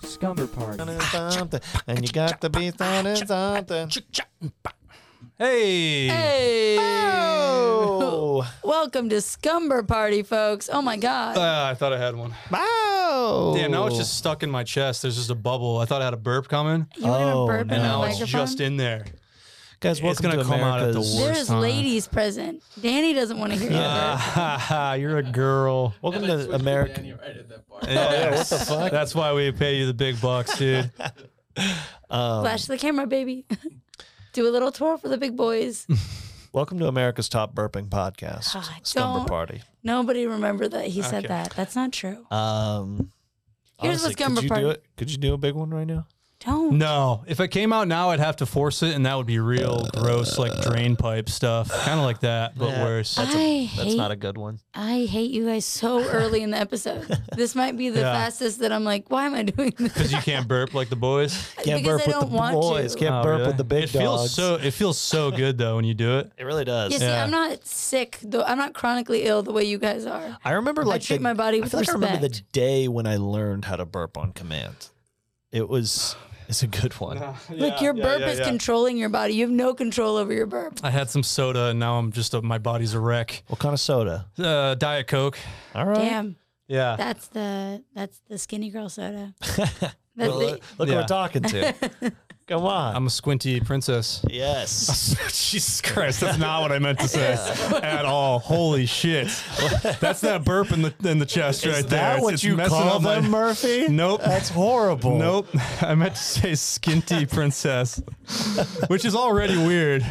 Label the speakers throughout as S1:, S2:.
S1: Scumber Party.
S2: Something, and you got to be something, something.
S3: Hey.
S4: Hey!
S2: Oh,
S4: Welcome to Scumber Party, folks. Oh my God.
S2: Uh,
S3: Ah, I thought I had one.
S2: oh.
S3: Damn, now it's just stuck in my chest. There's just a bubble. I thought I had a burp coming,
S4: you want to
S2: oh,
S4: burp
S3: and
S4: in the
S3: now
S4: microphone?
S3: it's just in there.
S2: guys. Welcome
S3: gonna
S2: to
S3: come out at the
S2: America's-
S3: worst.
S4: There's
S3: time.
S4: ladies present. Danny doesn't want to hear
S3: Ah,
S2: Uh,
S4: that.
S3: ha, ha, You're a girl.
S2: Welcome to America.
S3: yeah, what the fuck? That's why we pay you the big bucks, dude.
S4: Flash the camera, baby. Do a little twirl for the big boys.
S2: Welcome to America's Top Burping Podcast,
S4: God,
S2: Scumber
S4: don't-
S2: Party.
S4: Nobody remember that he said
S3: Okay.
S4: that. That's not true.
S2: Um,
S4: Here's
S2: honestly,
S4: the Scumber
S2: could you
S4: Party.
S2: Do it? Could you do a big one right now?
S4: Don't.
S3: No, if it came out now, I'd have to force it, and that would be real gross, like drain pipe stuff, kind of like that, but
S2: Yeah.
S3: worse.
S4: I
S2: That's
S4: hate
S2: not a good one.
S4: I hate you guys so early in the episode. This might be the
S3: Yeah.
S4: fastest that I'm like, why am I doing this?
S3: Because you can't burp like the boys.
S2: Can't
S4: Uh, because
S2: burp
S4: I
S2: with the
S4: don't want
S2: boys.
S4: to.
S2: Can't
S3: Oh,
S2: burp
S3: really?
S2: with the big
S3: It feels
S2: dogs.
S3: so. It feels so good though when you do it.
S2: it really does.
S4: You see,
S3: Yeah.
S4: I'm not sick though. I'm not chronically ill the way you guys are.
S2: I remember like
S4: treat my body
S2: I
S4: with
S2: feel like I remember the
S4: respect.
S2: day when I learned how to burp on command. It was it's a good one.
S4: Look, your burp is controlling your body. You have no control over your burp.
S3: I had some soda, and now I'm just a, my body's a wreck.
S2: What kind of soda?
S3: Uh, Diet Coke.
S2: All right.
S4: Damn,
S3: Yeah.
S4: that's the that's the skinny girl soda. That's
S2: Well,
S4: the,
S2: look look who
S3: Yeah.
S2: we're talking to. Come on.
S3: I'm a squinty princess.
S2: yes.
S3: Jesus Christ, that's not what I meant to say at all. Holy shit. That's that burp in the in the chest right
S2: Is
S3: there.
S2: that
S3: It's-
S2: what
S3: it's
S2: you
S3: messing
S2: call
S3: up my-
S2: them, Oh. Murphy?
S3: Nope.
S2: That's horrible.
S3: Nope. I meant to say skinty princess, which is already weird.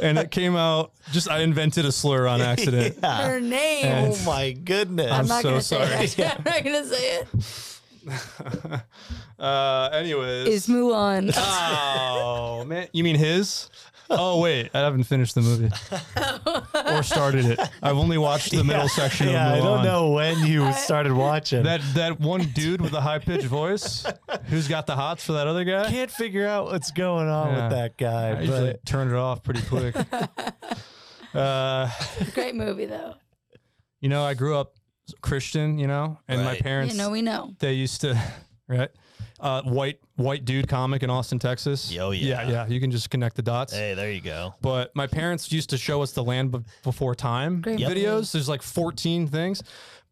S3: And it came out just I invented a slur on accident.
S4: her name.
S3: uh, And-
S2: Oh my goodness.
S4: I'm not
S3: so
S4: gonna say
S3: sorry.
S4: that. I'm not gonna say it.
S3: Uh anyways.
S4: It's Mulan.
S3: oh man. You mean his? Oh wait, I haven't finished the movie. or started it. I've only watched the middle section
S2: yeah,
S3: of
S2: I
S3: Mulan.
S2: don't know when you started watching.
S3: That that one dude with the high pitched voice, who's got the hots for that other guy?
S2: can't figure out what's going on
S3: Yeah.
S2: with that guy.
S3: I
S2: but
S3: usually turn it off pretty quick. uh,
S4: Great movie though.
S3: you know, I grew up Christian, you know, and my
S2: Right.
S3: parents
S4: You know we know.
S3: they used to right uh, white white dude comic in Austin, Texas.
S2: Oh, yeah.
S3: yeah, yeah. You can just connect the dots.
S2: hey, there you go.
S3: But my parents used to show us the land Be- before time
S4: Great Yep.
S3: videos. There's like 14 things,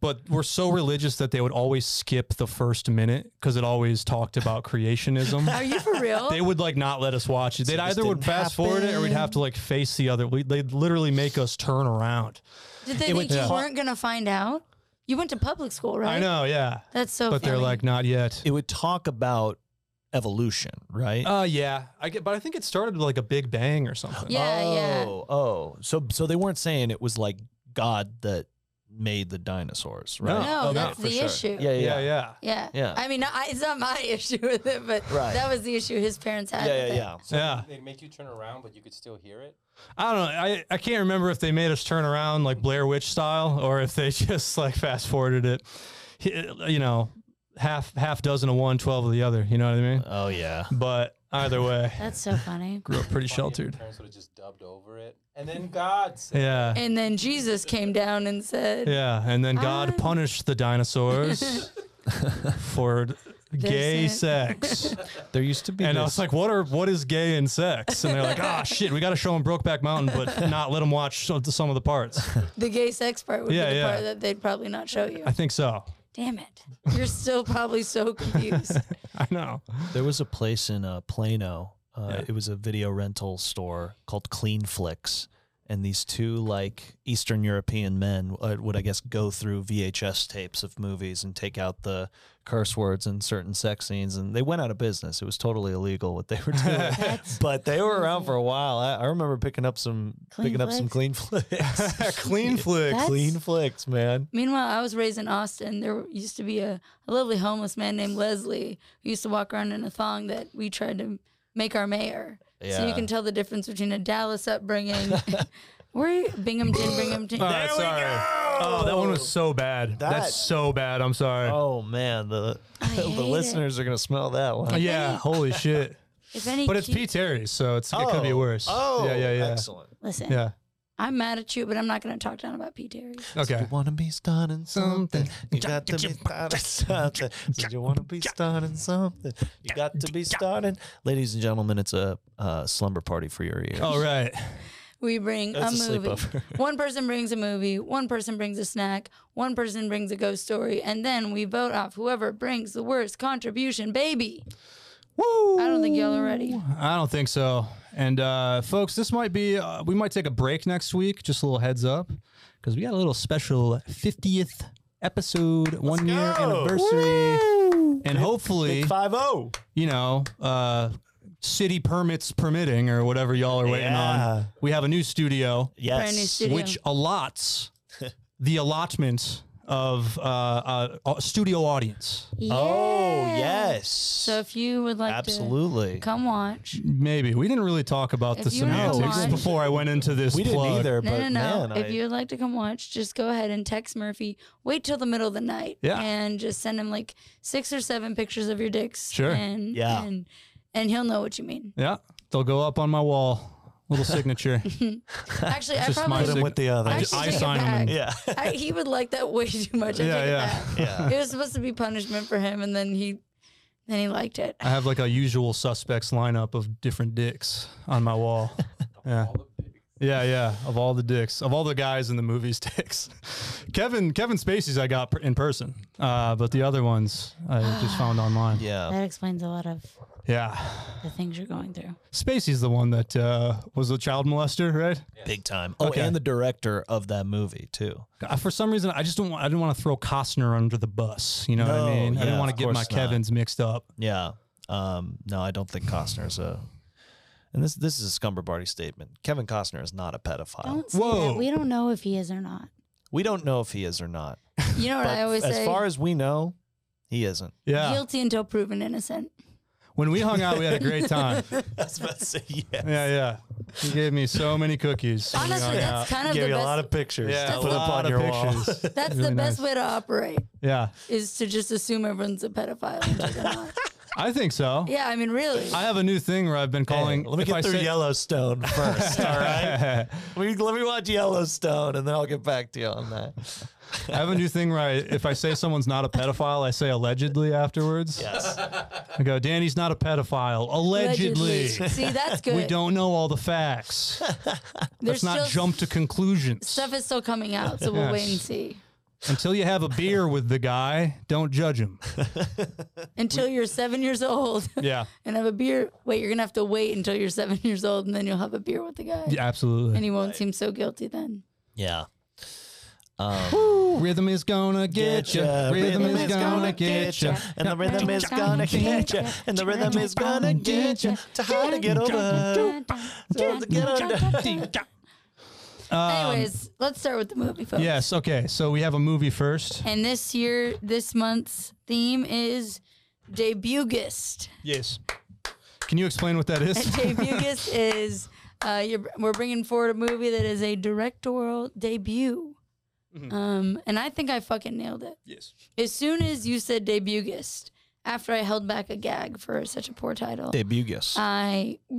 S3: but we're so religious that they would always skip the first minute because it always talked about creationism.
S4: Are you for real?
S3: they would like not let us watch it. They'd
S2: this
S3: either would
S2: didn't
S3: fast forward it or we'd have to like face the other. We, they'd literally make us turn around.
S4: Did
S2: It
S4: they think
S2: would
S4: you
S2: talk-
S4: weren't gonna find out? You went to public school, right?
S3: I know, yeah.
S4: That's so.
S3: but they're
S4: funny.
S3: like, not yet.
S2: It would talk about evolution, right?
S4: Oh,
S3: Uh, yeah. I get, but I think it started with like a Big Bang or something.
S4: yeah,
S2: oh,
S4: yeah.
S2: Oh, so so they weren't saying it was like God that made the dinosaurs, right?
S3: No.
S4: No,
S3: okay,
S4: that's
S3: for
S4: the
S3: sure.
S4: issue.
S2: Yeah, yeah,
S3: yeah,
S2: yeah, yeah,
S3: yeah.
S4: Yeah.
S2: Yeah.
S4: I mean, I, it's not my issue with it, but
S2: Right.
S4: that was the issue his parents had.
S2: yeah,
S4: with it.
S2: yeah.
S5: So
S3: Yeah.
S5: They make you turn around, but you could still hear it.
S3: I don't know. I, I can't remember if they made us turn around like Blair Witch style or if they just like fast forwarded it, He- you know, half half dozen of one, 12 of the other. You know what I mean?
S2: Oh yeah.
S3: But either way,
S4: That's so funny.
S3: grew up pretty
S5: Funny if your
S3: sheltered.
S5: Parents would have just dubbed over it. And then God said,
S3: Yeah.
S4: And then Jesus came down and said,
S3: Yeah, and then God
S4: I-
S3: punished the dinosaurs for gay sex.
S2: There used to be
S3: And I
S2: this-
S3: was like, "What are what is gay and sex?" And they're like, "Ah, shit, we got to show them Brokeback Mountain, but not let them watch some some of the parts."
S4: the gay sex part would
S3: Yeah,
S4: be the
S3: yeah.
S4: part that they'd probably not show you.
S3: I think so.
S4: Damn it. You're still probably so confused.
S3: I know.
S2: there was a place in uh, Plano. Uh,
S3: Yeah.
S2: It was a video rental store called Clean Flicks, and these two like Eastern European men uh, would, I guess, go through VHS tapes of movies and take out the curse words and certain sex scenes. And they went out of business. It was totally illegal what they were doing, but they were around for a while. I, I remember picking up some
S4: Clean
S2: picking up some Clean
S4: Flicks?
S2: Flicks.
S3: Clean flick.
S4: That's-
S2: Clean Flicks, man.
S4: Meanwhile, I was raised in Austin. There used to be a, a lovely homeless man named Leslie who used to walk around in a thong that we tried to make our mayor. So you
S2: Yeah.
S4: can tell the difference between a Dallas upbringing Where are you? Binghamton, Binghamton.
S3: All right, sorry. Oh, that one was so bad.
S2: That-
S3: That's so bad. I'm sorry.
S2: Oh man, the
S4: I hate
S2: the
S4: it.
S2: listeners are gonna smell that one.
S3: yeah, holy shit.
S4: If any
S3: But it's
S4: cute-
S3: P. Terry, so it's, it could be worse.
S2: Oh,
S3: yeah, yeah, yeah.
S2: Excellent.
S4: Listen,
S3: Yeah.
S4: I'm mad at you, but I'm not going to talk down about P. Terry.
S2: If
S3: Okay.
S2: you want to be starting something, you got to be starting something. Said you want to be starting something, you got to be starting. Ladies and gentlemen, it's a uh, slumber party for your ears.
S3: All right.
S4: We bring
S2: That's
S4: a
S2: a
S4: movie.
S2: sleepover.
S4: one person brings a movie, one person brings a snack, one person brings a ghost story, and then we vote off whoever brings the worst contribution, baby.
S3: Woo!
S4: I don't think y'all are ready.
S3: I don't think so. And uh, folks, this might be, uh, we might take a break next week. Just a little heads up because we got a little special 50th episode, one year anniversary. And hopefully,
S2: Five oh. zero.
S3: you know, uh, city permits permitting or whatever y'all are waiting
S2: Yeah.
S3: on, we have a new studio
S2: Yes.
S4: Brand new studio.
S3: which allots the allotment of uh, uh, a studio audience.
S2: Oh
S4: Yeah.
S2: yes.
S4: So if you would like
S2: Absolutely.
S4: to come watch,
S3: Maybe we didn't really talk about
S4: If
S3: the
S4: you were to
S3: semantics
S4: watch-
S3: before I went into this.
S2: we didn't
S3: plug.
S2: either,
S4: no,
S2: but
S4: no, no.
S2: man,
S4: if
S2: I,
S4: you would like to come watch, just go ahead and text Murphy. Wait till the middle of the night,
S3: Yeah.
S4: and just send him like six or seven pictures of your dicks.
S3: Sure.
S4: And,
S2: Yeah.
S4: And, and he'll know what you mean.
S3: Yeah, they'll go up on my wall. Little signature.
S4: Actually, I
S3: Just my
S4: probably
S2: put him
S3: sig-
S2: with the other.
S4: I
S3: just-
S4: should
S3: I
S4: take it
S3: sign 'em and-
S4: back.
S2: yeah.
S4: I, he would like that way too much. I
S3: Yeah,
S4: take
S3: yeah.
S4: it
S2: yeah.
S4: back. It was supposed to be punishment for him, and then he, then he liked it.
S3: I have like a usual suspects lineup of different dicks on my wall. Yeah. Yeah, yeah. Of all the dicks, of all the guys in the movies, dicks. Kevin, Kevin Spacey's I got per- in person, uh, but the other ones I just found online.
S2: Yeah.
S4: That explains a lot of
S3: yeah.
S4: the things you're going through.
S3: Spacey's the one that uh, was a child molester, right?
S2: Big time. Oh,
S3: Okay.
S2: and the director of that movie too.
S3: Uh, For some reason, I just don't. Want, I didn't want to throw Costner under the bus. You know what
S2: No,
S3: I mean? I
S2: yeah,
S3: didn't want
S2: of
S3: to get my
S2: course not.
S3: Kevin's mixed up.
S2: Yeah. Um, no, I don't think Costner's a. And this this is a Scumber Barty statement. Kevin Costner is not a pedophile.
S4: Don't say
S3: Oh. Whoa.
S4: that. We don't know if he is or not.
S2: We don't know if he is or not.
S4: You know what I always
S2: as
S4: say?
S2: far as we know, he isn't.
S3: Yeah.
S4: Guilty until proven innocent.
S3: When we hung out, we had a great time.
S2: That's about to say yeah.
S3: Yeah, yeah. He gave me so many cookies. when we
S4: Honestly,
S3: hung out.
S4: that's kind of
S2: Give
S4: the
S2: you a
S4: best.
S2: lot of pictures
S3: yeah,
S2: to
S3: a
S2: put up
S3: lot
S2: on
S3: of
S2: your wall.
S3: pictures.
S4: that's
S3: really
S4: the best
S3: nice.
S4: way to operate
S3: yeah,
S4: is to just assume everyone's a pedophile. which they're not.
S3: I think so.
S4: yeah, I mean, really.
S3: I have a new thing where I've been calling.
S2: Hey, let me
S3: if
S2: get
S3: I
S2: through
S3: say-
S2: Yellowstone first, all right? We- let me watch Yellowstone, and then I'll get back to you on that.
S3: I have a new thing where I, if I say someone's not a pedophile, I say allegedly afterwards.
S2: Yes.
S3: I go, Danny's not a pedophile. Allegedly.
S4: See, that's good.
S3: We don't know all the facts.
S4: There's
S3: Let's not
S4: still
S3: jump to conclusions.
S4: Stuff is still coming out, so we'll wait and
S3: Yes.
S4: see.
S3: Until you have a beer with the guy, don't judge him.
S4: Until you're seven years old
S3: Yeah,
S4: and have a beer. Wait, you're gonna have to wait until you're seven years old, and then you'll have a beer with the guy,
S3: yeah absolutely.
S4: and he won't seem so guilty then.
S2: Yeah.
S3: Rhythm is gonna get you.
S2: ya.
S3: Rhythm is gonna get you.
S4: ya.
S2: And the rhythm is gonna get you. And the rhythm is gonna get you. To how to get over. So to get under.
S4: Anyways, let's start with the movie, folks.
S3: Yes. Okay. So we have a movie first.
S4: And this year, this month's theme is debutist.
S3: Yes. Can you explain what that is?
S4: debutist is uh, you're, we're bringing forward a movie that is a directorial debut. Um, and I think I fucking nailed it.
S3: Yes.
S4: As soon as you said debutist, after I held back a gag for such a poor title,
S2: Debugus.
S4: Uh, I, I,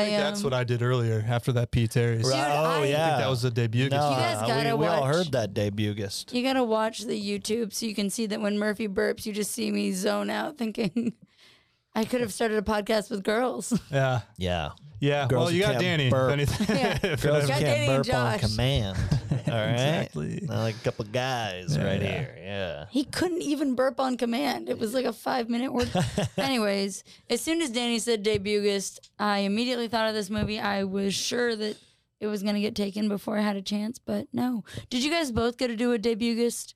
S3: I think that's
S4: um,
S3: what I did earlier after that P. Terry's.
S4: Right.
S2: Oh,
S4: I-
S3: I think
S2: yeah.
S3: that was the debut.
S2: No,
S4: guys
S2: uh,
S4: gotta
S2: we, we all
S4: watch-
S2: heard that Debugist.
S4: you gotta watch the YouTube so you can see that when Murphy burps, you just see me zone out, thinking I could have started a podcast with girls.
S3: Yeah.
S2: Yeah.
S3: Yeah.
S2: Girls
S3: well, you
S2: who
S3: got
S2: can't
S3: Danny.
S2: burp.
S3: If anything.
S4: Yeah.
S3: If
S2: Girls
S3: it-
S4: Got
S2: can't
S4: Danny and
S2: burp on
S4: Josh.
S2: command. All right.
S3: Exactly.
S2: Not like a couple guys right
S3: Yeah.
S2: here. Yeah.
S4: He couldn't even burp on command. It was like a five minute word. Anyways, as soon as Danny said debutist, I immediately thought of this movie. I was sure that it was going to get taken before I had a chance, but no. Did you guys both get to do a debutist?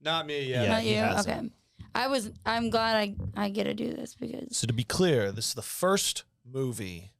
S3: Not me. Yeah.
S2: Yeah.
S4: Not
S2: he
S4: you?
S2: hasn't.
S4: Okay. I was, I'm glad I, I get to do this because
S2: So to be clear, this is the first movie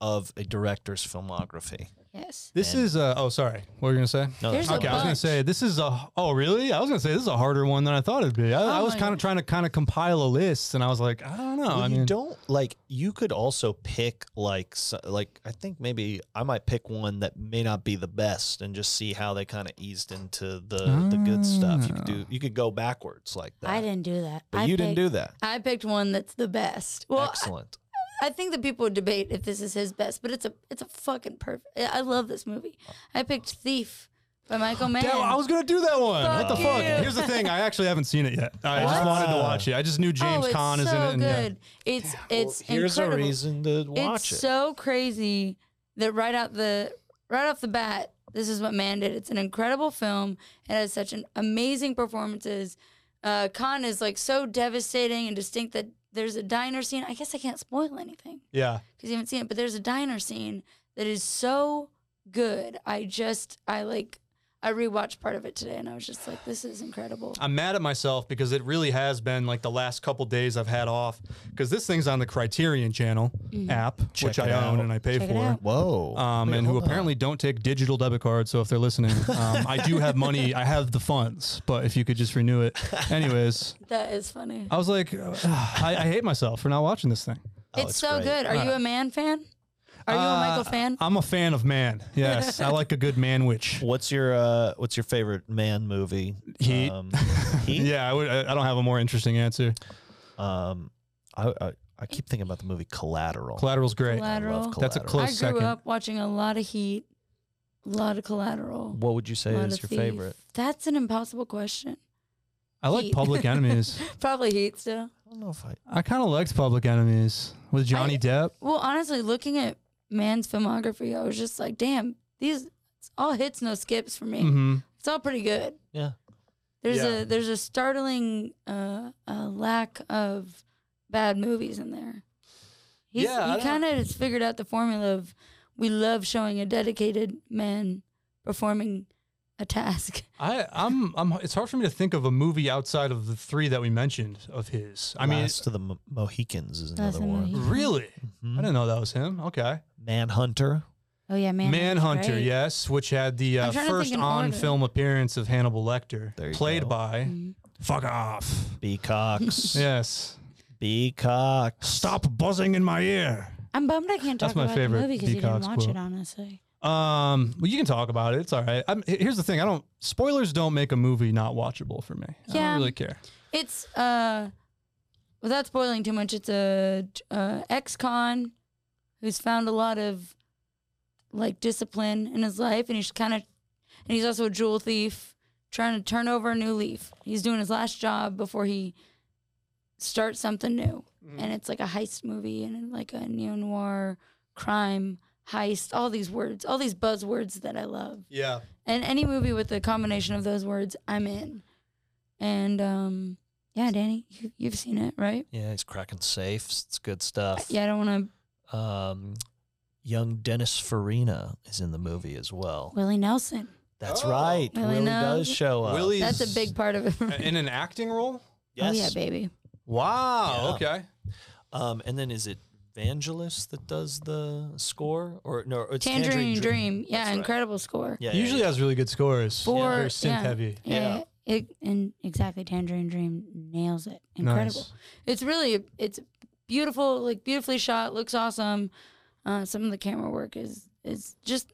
S2: of a director's filmography.
S4: Yes.
S3: This
S2: And-
S3: is uh oh sorry. What were you gonna say?
S2: No,
S4: There's
S2: that's
S4: a
S3: okay, I was gonna
S4: bunch.
S3: say this is a oh really? I was gonna say this is a harder one than I thought it'd be. I, I
S4: Oh
S3: was
S4: my
S3: kind of
S4: God.
S3: trying to kind of compile a list, and I was like, I don't know.
S2: Well,
S3: I
S2: you
S3: mean,
S2: don't like. You could also pick like s- like I think maybe I might pick one that may not be the best and just see how they kind of eased into the the good stuff. You could
S3: Ah.
S2: do. You could go backwards like that.
S4: I didn't do that.
S2: But
S4: I
S2: you didn't
S4: picked-
S2: do that.
S4: I picked one that's the best. Well, uh, I-
S2: Excellent.
S4: I think that people would debate if this is his best, but it's a it's a fucking perfect. I I love this movie. I picked Thief by Michael Mann.
S3: Damn, I was gonna do that one.
S4: Fuck
S3: what the fuck?
S4: you.
S3: Here's the thing. I actually haven't seen it yet. I just
S2: What?
S3: wanted to watch it. I just knew James
S4: oh, it's
S3: Caan
S4: so
S3: is in it. and yeah.
S4: good. It's it's
S2: Well, here's
S4: incredible.
S2: a reason to watch
S4: it's
S2: it.
S4: so crazy that right out the right off the bat, this is what Man did. It's an incredible film. It has such an amazing performances. Uh, Khan is like so devastating and distinct that there's a diner scene. I guess I can't spoil anything
S3: Yeah.
S4: because you haven't seen it, but there's a diner scene that is so good. I just I like I rewatched part of it today and I was just like, this is incredible.
S3: I'm mad at myself because it really has been like the last couple days I've had off because this thing's on the Criterion Channel app,
S2: Check
S3: which
S2: it
S3: I own
S2: out.
S3: and I pay
S4: Mm-hmm. Check it
S3: for.
S4: out.
S2: Whoa.
S3: Um,
S2: Wait,
S3: and who
S2: hold on.
S3: apparently don't take digital debit cards. So if they're listening, um, I do have money. I have the funds, but if you could just renew it. Anyways,
S4: That is funny.
S3: I was like, ugh, I, I hate myself for not watching this thing.
S2: Oh,
S4: it's,
S2: it's
S4: so
S2: great.
S4: good. Are you a man fan? Are you a Michael
S3: Uh,
S4: fan?
S3: I'm a fan of man. Yes, I like a good man witch.
S2: What's your uh what's your favorite man movie? Um,
S3: Heat.
S2: Heat?
S3: Yeah, I would. I I don't have a more interesting answer.
S2: Um I, I I keep thinking about the movie Collateral.
S3: Collateral's great.
S4: Collateral.
S3: That's a
S4: I
S3: Close
S4: grew
S3: second.
S4: up watching a lot of Heat, a lot of Collateral,
S2: What would you say
S4: a lot
S2: is
S4: of
S2: your
S4: Thief.
S2: favorite?
S4: That's an impossible question.
S3: I like
S4: Heat.
S3: Public Enemies.
S4: Probably Heat still.
S2: I don't know if I
S3: I kind of liked Public Enemies with Johnny
S4: I-
S3: Depp.
S4: Well, honestly, looking at Man's filmography, I was just like, damn, these it's all hits, no skips for me.
S3: Mm-hmm.
S4: It's all pretty good.
S2: yeah.
S4: There's
S3: Yeah.
S4: a there's a startling uh, uh, lack of bad movies in there. He's,
S3: Yeah, I
S4: he
S3: don't-
S4: kind of has figured out the formula of we love showing a dedicated man performing a task.
S3: I, I'm, I'm. It's hard for me to think of a movie outside of the three that we mentioned of his. I mean,
S2: Last of the Mo- Mohicans is another
S4: Last of the
S2: one.
S4: Mohicans.
S3: really, Mm-hmm. I
S2: Mhm.
S3: didn't know that was him. Okay,
S2: Manhunter.
S4: Oh yeah, man.
S3: Manhunter, yes, which had the
S4: I'm
S3: uh,
S4: trying to think
S3: first
S4: in order.
S3: on-film appearance of Hannibal Lecter,
S2: There you
S3: played
S2: go.
S3: by
S4: Mhm.
S3: Fuck Off.
S2: B Cox.
S3: Yes,
S2: B Cox.
S3: buzzing in my ear.
S4: I'm bummed I can't
S3: That's
S4: talk
S3: my
S4: about
S3: favorite
S4: the movie because you didn't
S3: Peacock's
S4: watch
S3: quote.
S4: it. Honestly,
S3: Um, well, you can talk about it. It's all right. I'm, here's the thing: I don't spoilers don't make a movie not watchable for me. I
S4: Yeah.
S3: don't really care.
S4: it's uh, without spoiling too much, it's a uh, ex-con who's found a lot of like discipline in his life, and he's kind of, and he's also a jewel thief trying to turn over a new leaf. He's doing his last job before he starts something new, and it's like a heist movie and like a neo noir crime heist. All these words, all these buzzwords that I love.
S3: Yeah,
S4: And any movie with a combination of those words, I'm in. And um, yeah, Danny, you, you've seen it, right?
S2: Yeah, he's cracking safes. It's good stuff.
S4: Yeah, I don't want to.
S2: Um young Dennis Farina is in the movie as well.
S4: Willie Nelson.
S2: That's
S3: Oh.
S2: right.
S4: Willie
S2: Willie does
S4: knows.
S2: show up.
S3: Willie's
S4: That's a big part of it.
S3: in an acting role.
S4: Oh
S2: Yes.
S4: yeah, baby.
S3: Wow.
S2: Yeah.
S3: Okay.
S2: Um, and then is it Vangelis that does the score, or no? It's
S4: Tangerine, Dream. Yeah,
S2: That's right.
S4: incredible score.
S2: Yeah,
S3: Usually
S2: yeah,
S3: has really good scores.
S4: Four.
S3: Very synth
S4: yeah,
S3: heavy.
S4: Yeah. It, and exactly, Tangerine Dream nails it. Incredible.
S3: Nice.
S4: It's really it's beautiful, like beautifully shot. Looks awesome. Uh, some of the camera work is is just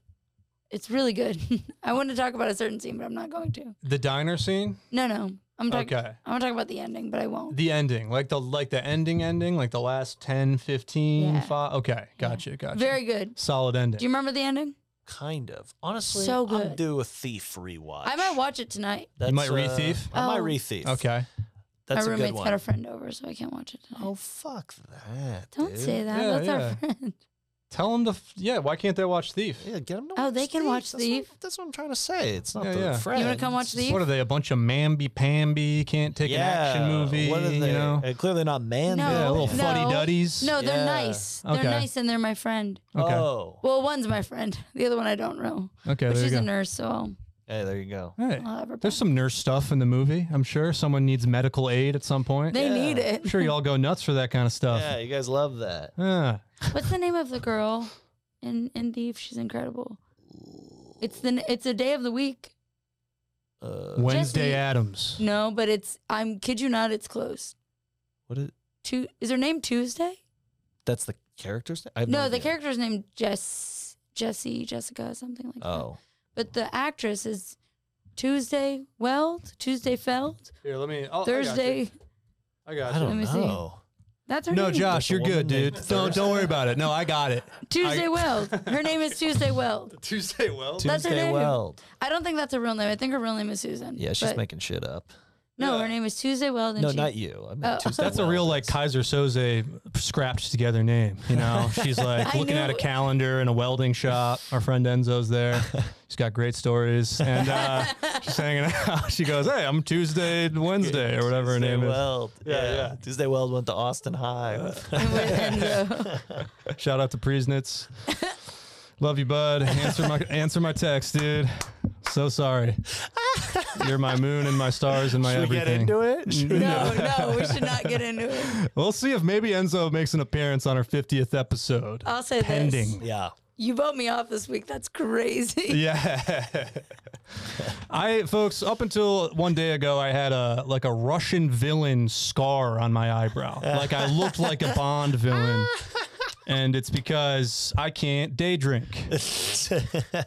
S4: it's really good. I want to talk about a certain scene, but I'm not going to.
S3: The diner scene.
S4: No, no. I'm talking.
S3: Okay.
S4: I'm gonna talk about the ending, but I won't.
S3: The ending, like the like the ending ending, like the last 10, 15,
S4: Yeah.
S3: fi- Okay, gotcha, gotcha.
S4: Very good.
S3: solid ending.
S4: Do you remember the ending?
S2: kind of. Honestly,
S4: So
S2: i
S4: good.
S2: do a thief rewatch.
S4: I might watch it tonight.
S2: That's,
S3: You might re-thief?
S2: I might
S4: uh, Oh.
S2: re-thief.
S3: okay.
S2: that's
S4: My
S2: a good
S4: roommate's
S2: one.
S4: got a friend over, so I can't watch it tonight.
S2: oh fuck that!
S4: Don't
S2: dude.
S4: say that.
S3: Yeah,
S4: That's
S3: yeah.
S4: our friend.
S3: Tell them to f- yeah. Why can't they watch Thief?
S2: Yeah, get them to
S4: Oh,
S2: watch
S4: they can watch
S2: That's what- That's
S4: Thief.
S2: what, I'm trying to say. It's not
S3: Yeah,
S2: the
S3: yeah. You wanna
S2: friend.
S4: come watch
S2: it's-
S4: Thief?
S3: What are they? A bunch of mamby pamby? Can't take
S2: yeah.
S3: an action movie.
S2: What are they?
S3: You know?
S2: Uh, clearly not man.
S4: No.
S3: yeah, little
S4: No.
S3: fuddy duddies.
S4: No, they're
S2: Yeah.
S4: nice.
S3: Okay.
S4: They're nice and they're my friend.
S3: Okay.
S2: Oh.
S4: Well, one's my friend. The other one I don't know.
S3: okay.
S4: but
S3: There you
S4: she's
S3: go.
S4: a nurse, so I'll,
S2: Hey, there you go.
S3: All right.
S4: I'll have her.
S3: There's
S4: back.
S3: some nurse stuff in the movie. I'm sure someone needs medical aid at some point.
S4: They
S2: Yeah.
S4: need it.
S3: I'm sure y'all go nuts for that kind of stuff. Ah,
S2: Yeah, you guys love that.
S3: Yeah.
S4: What's the name of the girl in in Thief? She's incredible. It's the it's a day of the week.
S2: Uh,
S3: Wednesday
S4: Jesse-
S3: Adams.
S4: No, but it's I'm kid you not. It's close.
S2: what is?
S4: Tu- is her name Tuesday?
S2: That's the character's name. I have
S4: No, the
S2: idea.
S4: character's name Jess, Jesse, Jessica, something like that.
S2: Oh,
S4: But the actress is Tuesday Weld, Tuesday Feld,
S3: Here, let me. oh,
S4: Oh,
S3: I'll,
S4: Thursday.
S3: I got
S2: I don't
S4: Let me see.
S2: know.
S4: That's her
S3: No,
S4: name.
S3: Josh,
S2: The
S3: you're
S2: woman
S3: good, dude.
S2: named
S3: Don't don't worry about it. No, I got it.
S4: Tuesday
S3: I-
S4: Weld. Her name is Tuesday Weld.
S3: Tuesday Weld.
S4: That's her
S2: Tuesday
S4: name.
S2: Weld.
S4: I don't think that's her real name. I think her real name is Susan.
S2: Yeah, she's
S4: But-
S2: making shit up.
S4: No,
S3: Yeah.
S4: her name is Tuesday Weld. And
S2: No,
S4: she,
S2: not you. I mean,
S4: Oh.
S2: Tuesday
S3: That's a real
S2: Weld
S3: like
S2: is-
S3: Kaiser Soze scrapped together name. You know, she's like
S4: I
S3: looking at a
S4: knew-
S3: calendar in a welding shop. Our friend Enzo's there. She's got great stories, and uh, she's hanging out. She goes, "Hey, I'm Tuesday, Wednesday, or whatever her
S2: Tuesday
S3: name is."
S2: Weld.
S3: Yeah, yeah.
S2: Tuesday Weld went to Austin High.
S4: and we're- and, uh,
S3: Shout out to Priesnitz. Love you, bud. Answer my answer my text, dude. So sorry. You're my moon and my stars and my
S2: Should we
S3: everything.
S2: get into it? Should we-
S4: no, no, we should not get into it.
S3: We'll see if maybe Enzo makes an appearance on our 50th episode.
S4: I'll say this.
S3: Pending.
S2: Yeah.
S4: You vote me off this week. That's crazy.
S3: Yeah. I folks, up until one day ago I had a like a Russian villain scar on my eyebrow. Like I looked like a Bond villain. And it's because I can't day drink.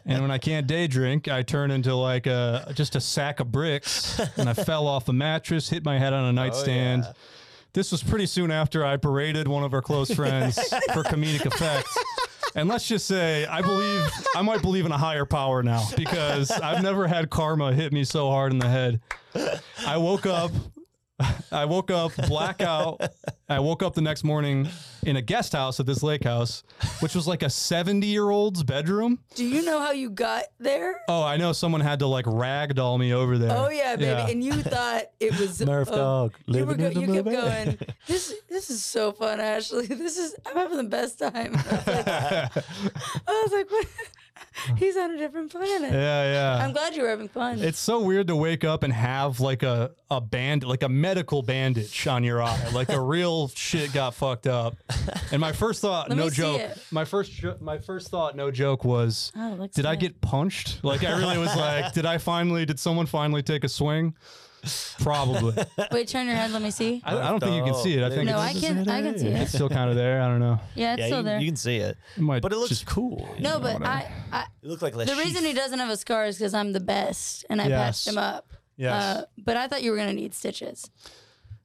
S3: And when I can't day drink, I turn into like a just a sack of bricks. And I fell off a mattress, hit my head on a nightstand.
S2: yeah.
S3: This was pretty soon after I paraded one of our close friends for comedic effect. And let's just say I believe I might believe in a higher power now because I've never had karma hit me so hard in the head. I woke up I woke up blackout. I woke up the next morning in a guest house at this lake house, which was like a 70 year old's bedroom.
S4: Do you know how you got there?
S3: Oh, I know someone had to like ragdoll me over there.
S4: Oh yeah, baby. And you thought it was
S2: Murph
S4: oh,
S2: Dog,
S4: You,
S2: living
S4: were go-
S2: in the
S4: you kept
S2: movie.
S4: going. This this is so fun, Ashley. This is I'm having the best time. I was like, I was like what? He's on a different planet.
S3: yeah, yeah.
S4: I'm glad you were having fun.
S3: It's so weird to wake up and have like a a band like a medical bandage on your eye, like a real shit got fucked up. And my first thought,
S4: Let
S3: no
S4: me see
S3: joke,
S4: it.
S3: my first jo- my first thought, no joke, was
S4: Oh, it looks
S3: did I
S4: good.
S3: get punched? Like I really was like, did I finally? Did someone finally take a swing? Probably.
S4: Wait, turn your head. Let me see.
S3: I, I don't think you can see it. I think
S4: No, I
S3: it's,
S4: can. I can see
S3: it's
S4: it.
S3: still kind of there. I don't know.
S4: Yeah, it's
S2: Yeah,
S4: still
S2: you,
S4: there.
S2: you can see it.
S3: might
S2: But it looks
S3: just-
S2: cool. you
S4: no,
S2: know,
S4: but
S2: whatever.
S4: I, I
S2: It looked like
S4: the reason he doesn't have a scar is because I'm the best and I
S3: Yes.
S4: patched him up.
S3: Yes.
S4: Uh, but I thought you were gonna need stitches.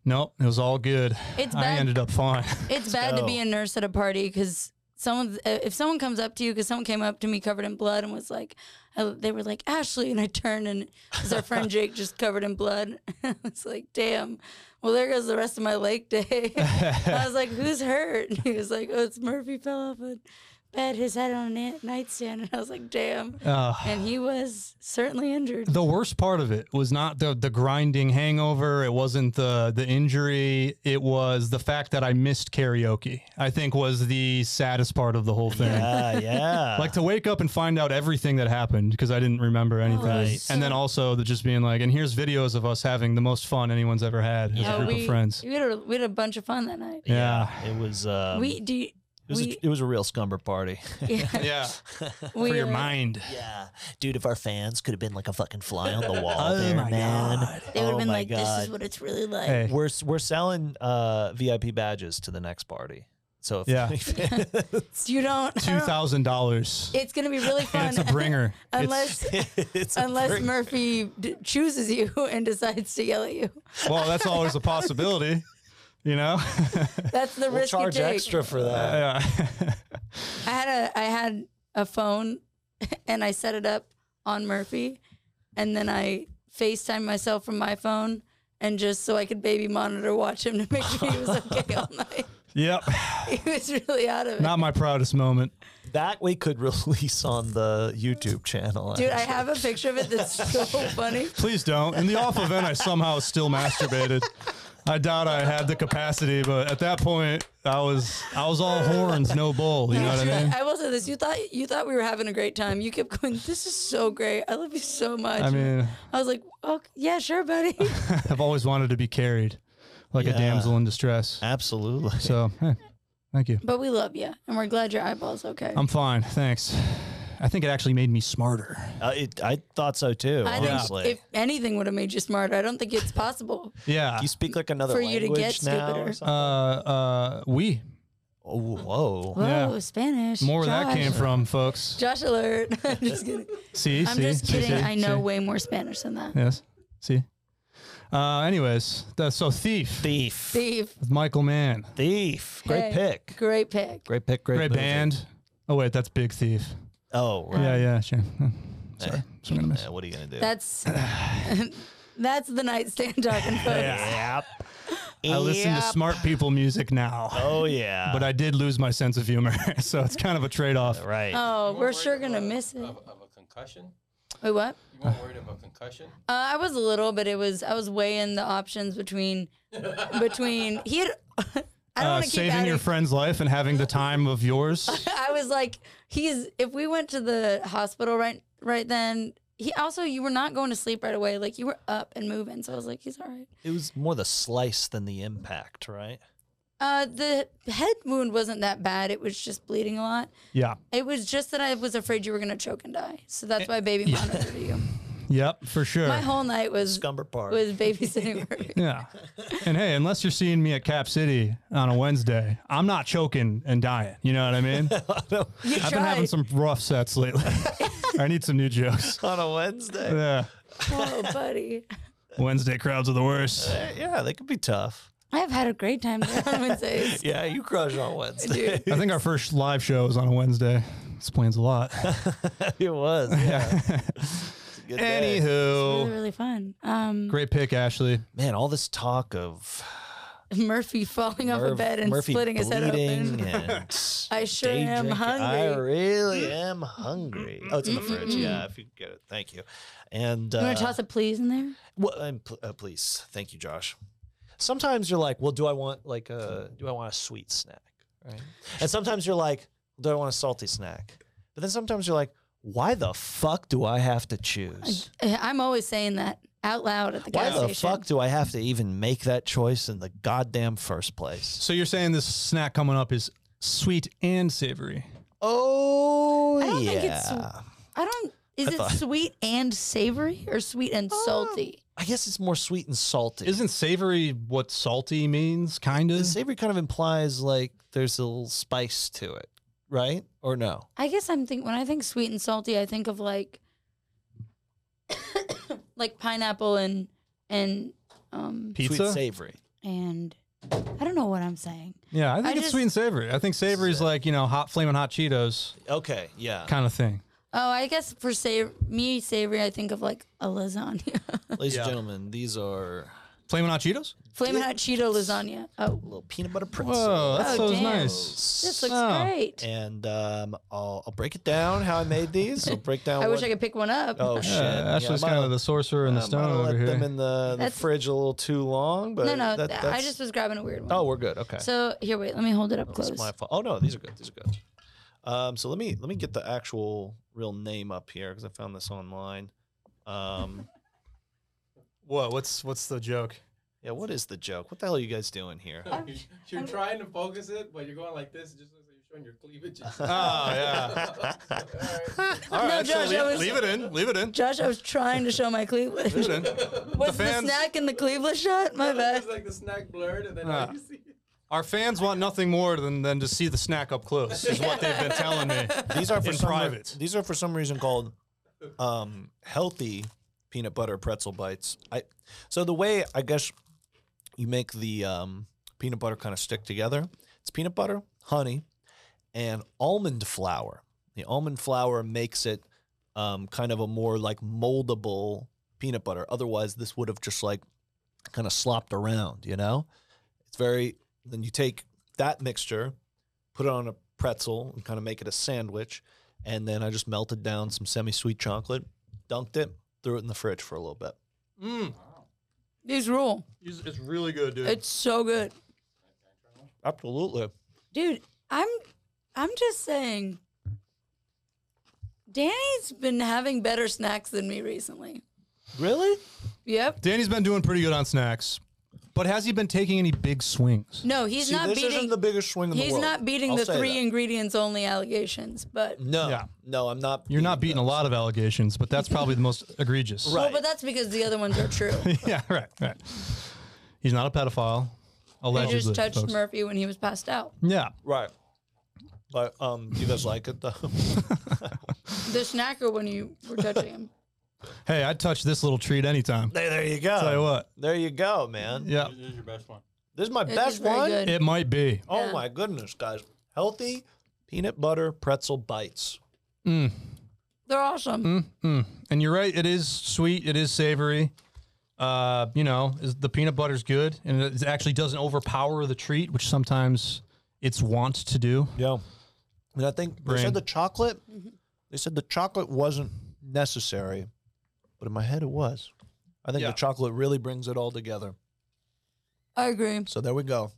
S3: Nope. It was all good.
S4: It's
S3: I
S4: bad.
S3: ended up fine.
S4: It's bad to be
S2: go.
S4: a nurse at a party because someone, uh, if someone comes up to you, because someone came up to me covered in blood and was like, I, they were like Ashley, and I turned and it was our friend Jake just covered in blood. I was like, damn. Well, there goes the rest of my lake day. I was like, who's hurt? And he was like, oh, it's Murphy fell off a bed, his head on a na- nightstand, and I was like, damn.
S3: Uh,
S4: And he was certainly injured.
S3: the worst part of it was not the the grinding hangover. It wasn't the the injury. It was the fact that I missed karaoke. I think was the saddest part of the whole thing.
S2: Yeah, yeah.
S3: Like to wake up and find out everything that happened because I didn't remember anything,
S2: Right.
S3: and then also the just being like, and here's videos of us having the most fun anyone's ever had as
S4: Yeah,
S3: a group
S4: we,
S3: of friends.
S4: We had a, we had a bunch of fun that night.
S3: Yeah,
S2: it was. Um,
S4: we do. You,
S2: it was,
S4: we-
S2: a, it was a real scumber party.
S4: yeah.
S3: yeah,
S4: we,
S3: for your
S4: uh,
S3: mind.
S2: Yeah, dude, if our fans could have been like a fucking fly on the wall
S3: Oh
S2: there,
S3: my
S2: man.
S3: God.
S4: They would have
S2: oh
S4: been
S2: my
S4: like,
S2: God.
S4: "This is what it's really like."
S3: Hey,
S2: we're s- we're selling uh, VIP badges to the next party. So if
S3: Yeah.
S4: You don't. I
S3: two
S4: don't-
S3: thousand dollars.
S4: It's gonna be really fun.
S3: It's a bringer. It's-
S4: unless
S2: it's a
S4: unless
S2: free-
S4: Murphy d- chooses you and decides to yell at you.
S3: well, that's always a possibility. You know.
S4: That's the
S2: we'll
S4: risk you
S2: charge
S4: take.
S2: extra for that.
S3: yeah.
S4: I had a I had a phone, and I set it up on Murphy, and then I FaceTime myself from my phone. And just so I could baby monitor watch him to make sure he was okay all night.
S3: yep.
S4: He was really out of it.
S3: Not my proudest moment.
S2: That we could release on the YouTube channel.
S4: Dude, I
S2: actually.
S4: have a picture of it that's so funny.
S3: Please don't. In the off event, I somehow still masturbated. I doubt I had the capacity, but at that point, I was I was all horns, no bull. You know what I mean?
S4: I will say this: you thought you thought we were having a great time. You kept going. This is so great. I love you so much.
S3: I mean,
S4: I was like, oh yeah, sure, buddy.
S3: I've always wanted to be carried, like a
S2: Yeah.
S3: damsel in distress.
S2: absolutely.
S3: So, eh, thank you.
S4: but we love you, and we're glad your eyeball's okay.
S3: I'm fine, thanks. I think it actually made me smarter.
S2: Uh, it, I thought so too.
S4: I
S2: honestly,
S4: think if anything would have made you smarter, I don't think it's possible.
S3: Yeah.
S2: you speak like another
S4: for you
S2: language
S4: to get
S2: now.
S4: stupider.
S2: Or
S3: Uh,
S2: something?
S3: uh, we.
S2: oh, whoa.
S4: Whoa,
S3: Yeah.
S4: Spanish.
S3: More where that
S4: Josh.
S3: came from, folks.
S4: Josh alert. I'm just kidding.
S3: See,
S4: I'm
S3: see,
S4: just
S3: see,
S4: kidding.
S3: see,
S4: I know
S3: see.
S4: way more Spanish than that.
S3: Yes. See. Uh, anyways, that's so thief.
S2: Thief.
S4: Thief,
S3: with Michael Mann.
S2: Thief. Great
S4: Hey.
S2: pick.
S4: great pick.
S2: Great pick. Great,
S3: Great
S2: movie.
S3: band. Oh wait, that's Big Thief.
S2: Oh, right.
S3: Yeah, yeah, sure. Huh. Sorry,
S2: Eh.
S3: so I'm gonna miss.
S2: Yeah, what are you gonna do?
S4: That's that's the nightstand talking folks.
S2: yeah.
S3: I listen to smart people music now,
S2: Oh yeah.
S3: but I did lose my sense of humor, so it's kind of a trade-off.
S2: right.
S4: Oh,
S5: You
S4: we're
S5: weren't
S4: sure
S5: worried
S4: gonna
S5: of a-
S4: miss it.
S5: Of, of a concussion?
S4: Wait, what?
S5: You weren't worried of a concussion?
S4: Uh, I was a little, but it was I was weighing the options between between he had. I don't
S3: Uh,
S4: want to keep
S3: saving
S4: adding.
S3: your friend's life and having the time of yours.
S4: I was like, he's if we went to the hospital right right then. He also you were not going to sleep right away. Like you were up and moving. So I was like, he's all right.
S2: it was more the slice than the impact, right?
S4: Uh, the head wound wasn't that bad. It was just bleeding a lot.
S3: yeah.
S4: It was just that I was afraid you were gonna choke and die.
S3: Eh,
S4: So that's why baby monitored you.
S3: Yep, for sure.
S4: My whole night was
S2: Scumber Park.
S4: was babysitting. Murphy.
S3: yeah. And hey, unless you're seeing me at Cap City on a Wednesday, I'm not choking and dying. You know what I mean?
S4: You
S3: I've been having
S4: tried.
S3: some rough sets lately. I need some new jokes.
S2: on a Wednesday.
S3: Yeah.
S4: Oh, buddy.
S3: Wednesday crowds are the worst.
S2: Eh, Yeah, they could be tough.
S4: I've had a great time there on Wednesdays.
S2: Yeah, you crush on Wednesday.
S3: I think our first live show was on a Wednesday. Explains a lot.
S2: it was. Yeah. It's a good day.
S4: Really,
S3: Anywho,
S4: really fun. Um,
S3: great pick, Ashley.
S2: man, all this talk of
S4: Murphy falling off a
S2: Merv-
S4: bed and
S2: Murphy
S4: splitting his head
S2: bleeding
S4: open.
S2: and
S4: I sure
S2: day
S4: am
S2: drinking. I
S4: hungry. Mm-hmm.
S2: really am hungry. Oh, it's in the fridge. Yeah, if you can get it, thank you. And
S4: You
S2: uh,
S4: want to toss a please in there?
S2: Well, and pl- uh, please, thank you, Josh. Sometimes you're like, well, do I want like a do I want a sweet snack, right? And sometimes you're like, do I want a salty snack? But then sometimes you're like, why the fuck do I have to choose?
S4: Uh, I'm always saying that out loud at the
S2: Why
S4: gas
S2: the
S4: station.
S2: fuck do I have to even make that choice in the goddamn first place?
S3: So you're saying this snack coming up is sweet and savory?
S2: Oh
S4: I don't
S2: yeah,
S4: think it's- I don't. Is
S2: I
S4: it
S2: thought- Ah.
S4: sweet and savory or sweet and salty?
S2: I guess it's more sweet and salty.
S3: Isn't savory what salty means? Kind of.
S2: savory kind of implies like there's a little spice to it, right? Or no?
S4: I guess I'm think when I think sweet and salty, I think of like like pineapple and and um
S2: Sweet
S3: Pizza.
S2: savory.
S4: and I don't know what I'm saying.
S3: yeah, I think
S4: I
S3: it's
S4: just-
S3: sweet and savory. I think savory is like you know hot flaming hot Cheetos
S2: Okay, yeah.
S3: kind of thing.
S4: Oh, I guess for sa- me savory, I think of like a lasagna,
S2: Ladies
S3: Yeah.
S2: and gentlemen, these are
S3: Flaming hot Cheetos.
S4: flaming hot Cheeto lasagna. Oh,
S2: little peanut butter pretzels.
S3: Whoa, that
S4: Oh,
S3: sounds
S4: damn.
S3: nice.
S4: this looks
S3: Oh.
S4: great.
S2: And um, I'll, I'll break it down how I made these. I'll break down.
S4: I
S2: what,
S4: wish I could pick one up.
S2: Oh shit!
S3: Yeah, Ashley's
S2: yeah, I
S3: kind
S2: might-
S3: of the sorcerer and the
S2: I might
S3: stone
S2: have
S3: over
S2: let
S3: here.
S2: them in the, the
S4: That's-
S2: fridge a little too long, but
S4: no, no,
S2: that-
S4: th- I
S2: that's-
S4: just was grabbing a weird one.
S2: Oh, we're good. Okay.
S4: so here, wait, let me hold it up
S2: It's
S4: close.
S2: my fault. Oh no, these are good. These are good. Um, so let me let me get the actual real name up here because I found this online. Um,
S3: Whoa, what's what's the joke?
S2: yeah, what is the joke? What the hell are you guys doing here?
S5: you're you're trying to focus it, but you're going like this. It just looks like you're showing your cleavage.
S3: Oh yeah. All
S4: No, Josh, I was-
S3: it in. Leave it in.
S4: Josh, I was trying to show my cleavage.
S3: Leave it in.
S4: Was the,
S3: fans-
S4: snack in the cleavage shot? My bad.
S5: It's like the snack blurred, and then
S3: Ah.
S5: all you see.
S3: Our fans want nothing more than, than to see the snack up close, is what they've been telling me.
S2: These are for
S3: In
S2: some re-
S3: private.
S2: these are for some reason called um, healthy peanut butter pretzel bites. I so the way I guess you make the um, peanut butter kind of stick together. It's peanut butter, honey, and almond flour. The almond flour makes it um, kind of a more like moldable peanut butter. Otherwise, this would have just like kind of slopped around. You know, it's very. Then you take that mixture, put it on a pretzel, and kind of make it a sandwich. And then I just melted down some semi-sweet chocolate, dunked it, threw it in the fridge for a little bit.
S3: Mm,
S4: These rule.
S3: it's, it's really good, dude.
S4: It's so good,
S2: Absolutely.
S4: dude. I'm, I'm just saying. Danny's been having better snacks than me recently.
S2: Really?
S4: Yep.
S3: Danny's been doing pretty good on snacks. But has he been taking any big swings?
S4: No, he's
S2: See,
S4: not
S2: this
S4: beating.
S2: isn't the biggest swing in the
S4: he's
S2: world.
S4: not beating
S2: I'll
S4: the
S2: say
S4: three
S2: that. Mm.
S4: ingredients only allegations, but
S2: No,
S3: Yeah.
S2: no, I'm not.
S3: You're not beating a lot of allegations, but that's probably the most egregious.
S2: Right.
S4: well, but that's because the other ones are true.
S3: yeah, right, right. He's not a pedophile.
S4: He
S3: Allegedly.
S4: just touched
S3: folks.
S4: Murphy when he was passed out.
S3: Yeah.
S2: Right. But um, you guys like it though.
S4: The snacker when you were touching him.
S3: Hey, I'd touch this little treat anytime.
S2: there, there you go.
S3: Tell you what.
S2: There you go, man.
S3: Yeah.
S5: This is your best one.
S2: This is my
S4: It is
S2: best
S4: very
S2: one.
S4: good.
S3: It might be.
S2: Oh
S4: Yeah.
S2: my goodness, guys! Healthy peanut butter pretzel bites.
S3: Mm.
S4: They're awesome.
S3: Mm. And you're right. It is sweet. It is savory. Uh, you know, is, the peanut butter's good, and it actually doesn't overpower the treat, which sometimes it's wont to do.
S2: Yeah, and I think they
S3: Brain.
S2: said the chocolate. They said the chocolate wasn't necessary, but in my head it was. I think
S3: Yeah.
S2: the chocolate really brings it all together.
S4: I agree.
S2: So there we go.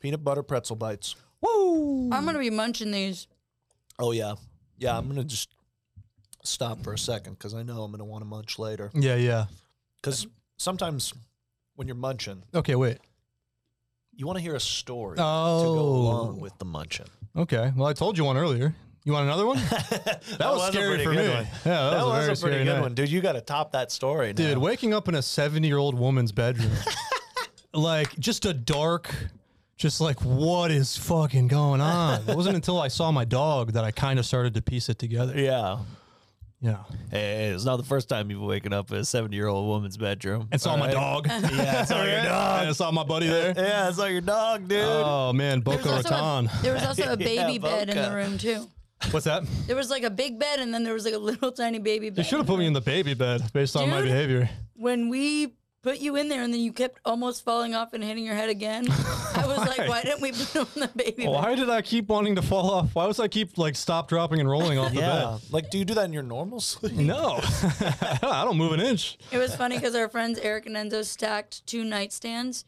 S2: peanut butter pretzel bites.
S4: I'm gonna be munching these.
S2: Oh yeah, yeah. I'm gonna just stop for a second because I know I'm gonna want to munch later.
S3: Yeah, yeah.
S2: Because sometimes when you're munching,
S3: Okay, wait.
S2: you want to hear a story to go
S3: Oh.
S2: along with the munching.
S3: Okay. Well, I told you one earlier. You want another one?
S2: that,
S3: was
S2: a
S3: scary
S2: pretty
S3: for
S2: good
S3: me.
S2: One.
S3: Yeah, that was a very
S2: a pretty
S3: scary
S2: good
S3: night.
S2: one, dude. You got to top that story, now.
S3: Dude, waking up in a 70 year old woman's bedroom, like just a dark, just like, what is fucking going on? It wasn't until I saw my dog that I kind of started to piece it together.
S2: Yeah.
S3: Yeah.
S2: Hey, hey, it's not the first time you've waken up in a seventy-year-old woman's bedroom.
S3: And saw my dog. Yeah, saw your dog. And I saw my buddy there.
S2: Yeah, it's like your dog, dude.
S3: Oh, man, Boca
S4: There's also
S3: Raton.
S4: a, there was also a baby bed in
S2: Boca.
S4: the room too.
S3: What's that?
S4: There was like a big bed, and then there was like a little tiny baby bed.
S3: They should have put me in the baby bed based on my
S4: Dude.
S3: behavior.
S4: when we put you in there, and then you kept almost falling off and hitting your head again. I was like, why didn't we put him on the baby bed?
S3: Why did I keep wanting to fall off? Why was I keep like stop dropping and rolling off the
S2: yeah. Like, do you do that in your normal sleep?
S3: bed? No, I don't move an inch.
S4: It was funny because our friends Eric and Enzo stacked two nightstands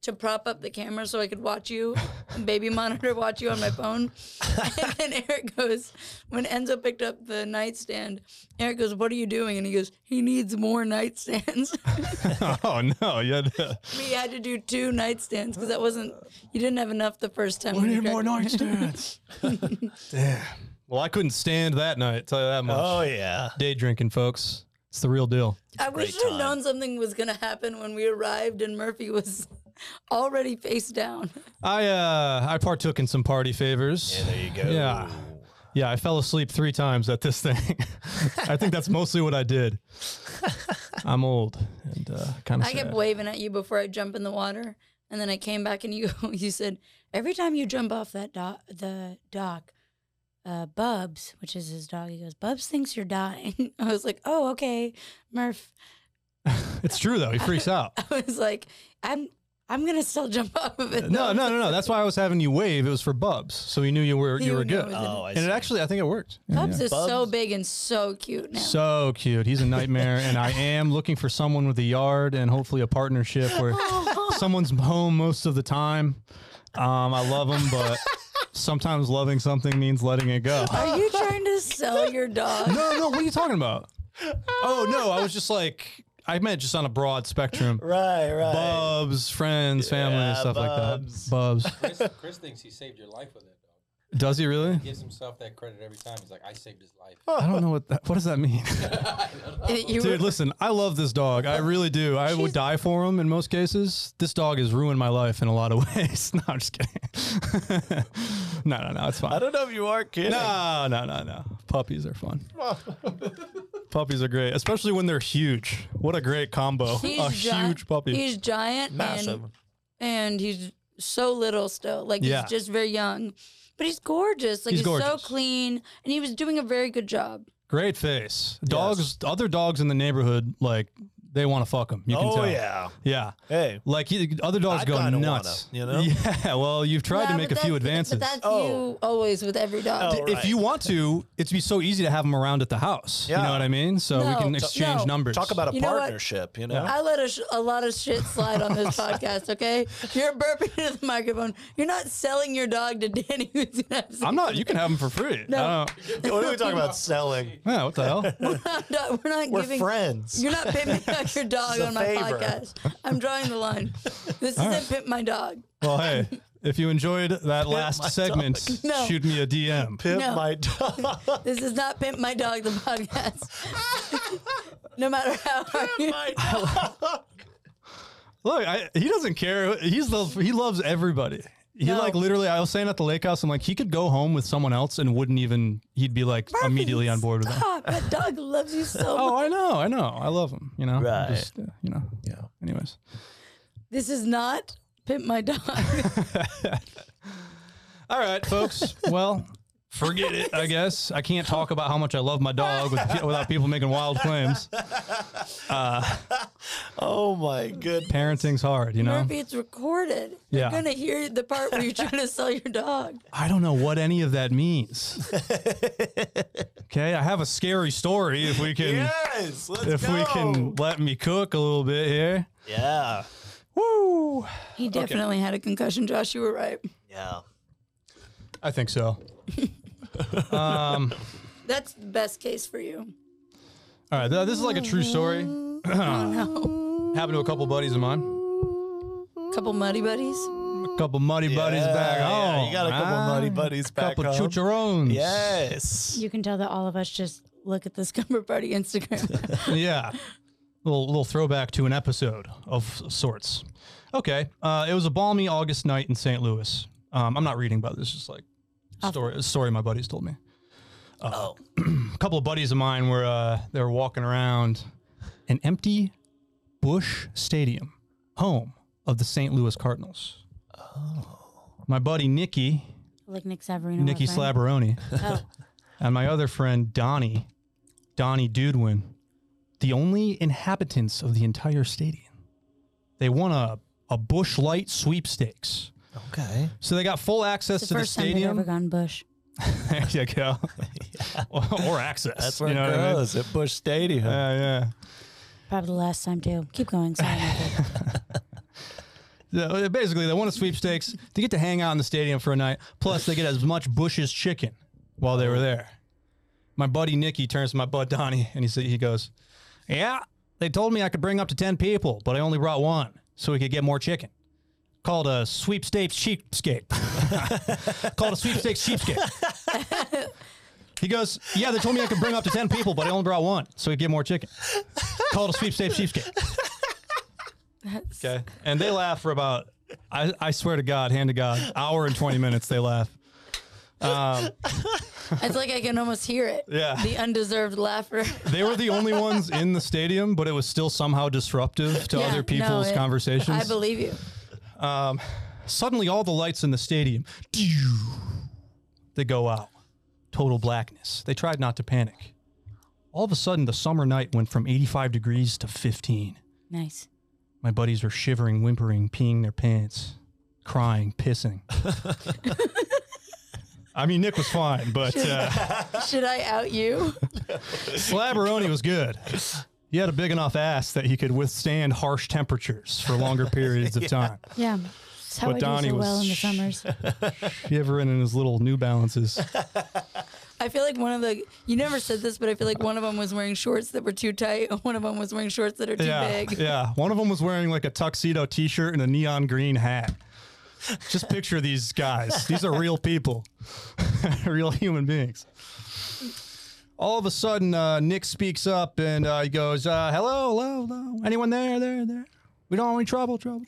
S4: to prop up the camera so I could watch you, and baby monitor watch you on my phone. and then Eric goes, when Enzo picked up the nightstand, Eric goes, "What are you doing?" And he goes, "He needs more nightstands."
S3: oh no, yeah. the-
S4: we had to do two nightstands because that wasn't you didn't have enough the first time.
S3: We
S4: when you
S3: need more
S4: tried-
S3: nightstands. Damn. Well, I couldn't stand that night. Tell you that much.
S2: Oh yeah.
S3: Day drinking, folks. It's the real deal.
S4: I wish
S2: Great
S4: I'd known something was gonna happen when we arrived and Murphy was already face down.
S3: I uh, I partook in some party favors.
S2: There you go.
S3: Yeah. Yeah, I fell asleep three times at this thing. I think that's mostly what I did. I'm old and uh, kind of.
S4: I kept waving at you before I jump in the water, and then I came back and you you said every time you jump off that dock, the dock, uh, Bubs, which is his dog, he goes, Bubs thinks you're dying. I was like, oh okay, Murph.
S3: It's true though. He freaks out.
S4: I was like, I'm I'm gonna still jump off of it.
S3: No,
S4: though."
S3: no, no, no. That's why I was having you wave. It was for Bubs, so he knew you were you
S4: You
S3: were
S4: knew
S3: good.
S4: it was-
S2: Oh, I
S3: and
S2: see.
S3: it actually, I think it worked. Yeah,
S4: Bubs
S3: yeah.
S4: is so
S2: Bubs-
S4: big and so cute now.
S3: So cute. He's a nightmare, and I am looking for someone with a yard and hopefully a partnership where someone's home most of the time. Um, I love him, but sometimes loving something means letting it go.
S4: Are you trying to sell your dog?
S3: No, no. What are you talking about? Oh no, I was just like I meant just on a broad spectrum.
S2: Right, right.
S3: Bubs, friends, family,
S2: Yeah,
S3: and stuff
S2: Bubs.
S3: like that. Bubs.
S5: Chris, Chris thinks he saved your life with it, though.
S3: Does he really?
S5: Gives himself that credit every time. He's like, I saved his life.
S3: I don't know what that. What does that mean?
S4: You
S3: Dude,
S4: were-
S3: listen, I love this dog. I really do. I would
S4: She's-
S3: die for him in most cases. This dog has ruined my life in a lot of ways. no, I'm just kidding. no, no, no, it's
S2: I
S3: fine.
S2: don't know if you are kidding.
S3: No, no, no, no. Puppies are fun. Puppies are great, especially when they're huge. What a great combo.
S4: he's
S3: a
S4: gi-
S3: huge puppy.
S4: He's giant
S2: Massive.
S4: and and he's so little still. Like
S3: Yeah.
S4: he's just very young. But he's gorgeous. Like
S3: He's
S4: he's,
S3: gorgeous.
S4: so clean and he was doing a very good job.
S3: great face. Dogs, other dogs in the neighborhood, like, they want to fuck him. You can
S2: oh
S3: tell.
S2: yeah.
S3: Yeah.
S2: Hey.
S3: Like, he, other dogs
S2: I'd
S3: go
S2: kinda wanna,
S3: nuts.
S2: you know?
S3: Yeah. Well, you've tried to
S4: Nah,
S3: make a
S4: but
S3: few
S4: that's-
S3: advances.
S4: But that's
S2: Oh.
S4: you always with every dog.
S2: Oh,
S3: if
S2: right.
S3: you want to, it'd be so easy to have them around at the house. You
S2: Yeah.
S3: know what I mean? So we
S4: No,
S3: can
S4: t-
S3: exchange
S4: no.
S3: numbers.
S2: Talk about a
S4: You know what?
S2: partnership, you know?
S4: I let a, sh- a lot of shit slide on this podcast, okay? You're burping into the microphone. You're not selling your dog to Danny who's gonna have
S3: I'm not. You can have them for free.
S4: No.
S3: I don't-
S2: What are we talking about selling?
S3: yeah. What the hell?
S4: not, we're not
S2: We're
S4: giving
S2: friends.
S4: You're not paying me. out your dog
S6: is a
S4: on my
S6: favor.
S4: podcast. I'm drawing the line. This
S3: All
S4: isn't pimp my dog.
S3: Well, hey, if you enjoyed that
S2: my
S3: last segment,
S4: dog. No.
S3: shoot me a DM.
S6: Pimp
S4: No.
S6: my dog.
S4: This is not pimp my dog. The podcast. no matter how hard you,
S3: Look, I, he doesn't care. He's the, he loves everybody. He
S4: No.
S3: like literally. I was saying at the lake house, I'm like, he could go home with someone else and wouldn't even. He'd be like immediately on board with them.
S4: stop. That Ah, dog loves you so much.
S3: Oh, I know, I know, I love him. You know, I'm
S2: Right.
S3: Just, uh, you know.
S6: Yeah.
S3: Anyways,
S4: This is not pimp my dog.
S3: all right, folks. well, forget it. I guess I can't talk about how much I love my dog with, without people making wild claims.
S6: Oh my good.
S3: Parenting's hard, you know.
S4: Murphy, it's recorded.
S3: Yeah.
S4: You're gonna hear the part where you're trying to sell your dog.
S3: I don't know what any of that means. okay, I have a scary story. If we can,
S6: Yes. Let's
S3: if
S6: go.
S3: we can let me cook a little bit here.
S2: Yeah.
S3: Woo!
S4: He definitely had a concussion, Josh. You were right.
S2: Yeah.
S3: I think so. um,
S4: That's the best case for you.
S3: all right, th- this is like a true story.
S6: Oh,
S3: Happened to a couple buddies of mine.
S4: Couple muddy buddies.
S3: A couple muddy buddies
S6: Yeah,
S3: back
S6: yeah,
S3: home.
S6: You got a couple
S3: huh?
S6: muddy buddies back
S3: couple
S6: home.
S3: chucharones.
S6: Yes.
S4: You can tell that all of us just look at the Scumber Party Instagram.
S3: yeah. Little little throwback to an episode of sorts. Okay. Uh, it was a balmy August night in St. Louis. Um, I'm not reading, but this is just like story a story my buddies told me.
S2: Oh.
S3: A couple of buddies of mine were uh, they were walking around an empty Bush Stadium, home of the St. Louis Cardinals. Oh. My buddy Nikki,
S4: like Nick Savarino. my
S3: Nikki
S4: friend.
S3: Slabaroni,
S4: Oh,
S3: and my other friend Donnie, Donnie Dudwin, the only inhabitants of the entire stadium. They won a, a Bush Light sweepstakes.
S2: Okay.
S3: So they got full access
S4: it's
S3: to
S4: the
S3: the
S4: first time they've ever
S3: stadium.
S4: gone Bush.
S3: There you go. or access.
S2: That's where
S3: you know
S2: it
S3: what I mean?
S2: goes at Bush Stadium.
S3: Yeah, yeah.
S4: Probably the last time too. Keep going. Sorry. Michael.
S3: Yeah, uh, basically, they won a sweepstakes. They get to hang out in the stadium for a night. Plus, they get as much Bush's chicken while they were there. My buddy Nicky turns to my bud Donnie and he sa- he goes, "Yeah, they told me I could bring up to ten people, but I only brought one, so we could get more chicken. Called a sweepstakes cheapskate. Called a sweepstakes cheapskate." He goes, "Yeah, they told me I could bring up to ten people, but I only brought one, so we could get more chicken. Called a sweepstakes cheapskate." Okay. And they laugh for about, I, I swear to God, hand to God, hour and 20 minutes they laugh.
S4: it's like I can almost hear it.
S3: Yeah.
S4: The undeserved laughter.
S3: They were the only ones in the stadium, but it was still somehow disruptive to
S4: Yeah,
S3: other
S4: no,
S3: people's
S4: it-
S3: conversations.
S4: I believe you.
S3: Suddenly, all the lights in the stadium, they go out. Total blackness. They tried not to panic. All of a sudden, the summer night went from 85 degrees to 15.
S4: Nice.
S3: My buddies were shivering, whimpering, peeing their pants, crying, pissing. I mean, Nick was fine, but uh,
S4: Should I out you?
S3: Slabberoni was good. He had a big enough ass that he could withstand harsh temperatures for longer periods of time.
S4: Yeah. That's how
S3: But
S4: I
S3: Donnie
S4: do so
S3: was-
S4: well in the summers.
S3: Shivering in his little New Balances.
S4: I feel like one of the you never said this, but I feel like one of them was wearing shorts that were too tight, and one of them was wearing shorts that are too
S3: yeah,
S4: big.
S3: yeah. One of them was wearing like a tuxedo T-shirt and a neon green hat. Just picture these guys. These are real people, real human beings. All of a sudden, uh, Nick speaks up and uh, he goes, uh, "Hello, hello, hello. Anyone there? There, there. We don't want any trouble, trouble."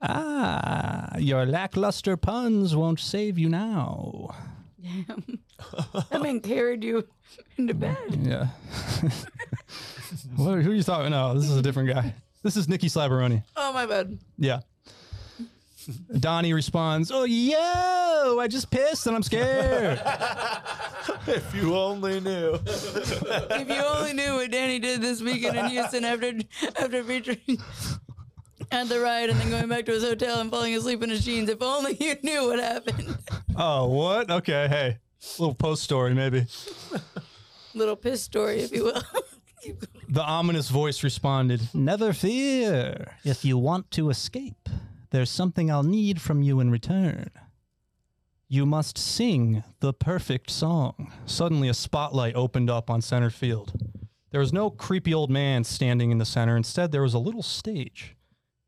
S3: Ah, your lackluster puns won't save you now.
S4: That man carried you into bed.
S3: Yeah. Who are you talking? No, this is a different guy. This is Nicky Slabaroni.
S4: Oh my bad.
S3: Yeah. Donnie responds, Oh, yo, I just pissed and I'm scared.
S6: If you only knew.
S4: If you only knew what Danny did this weekend in Houston after after featuring at the ride and then going back to his hotel and falling asleep in his jeans. If only you knew what happened.
S3: oh, what? Okay, hey. Little post story, maybe.
S4: Little piss story, if you will.
S3: The ominous voice responded, Never fear. If you want to escape, there's something I'll need from you in return. You must sing the perfect song. Suddenly, a spotlight opened up on center field. There was no creepy old man standing in the center. Instead, there was a little stage.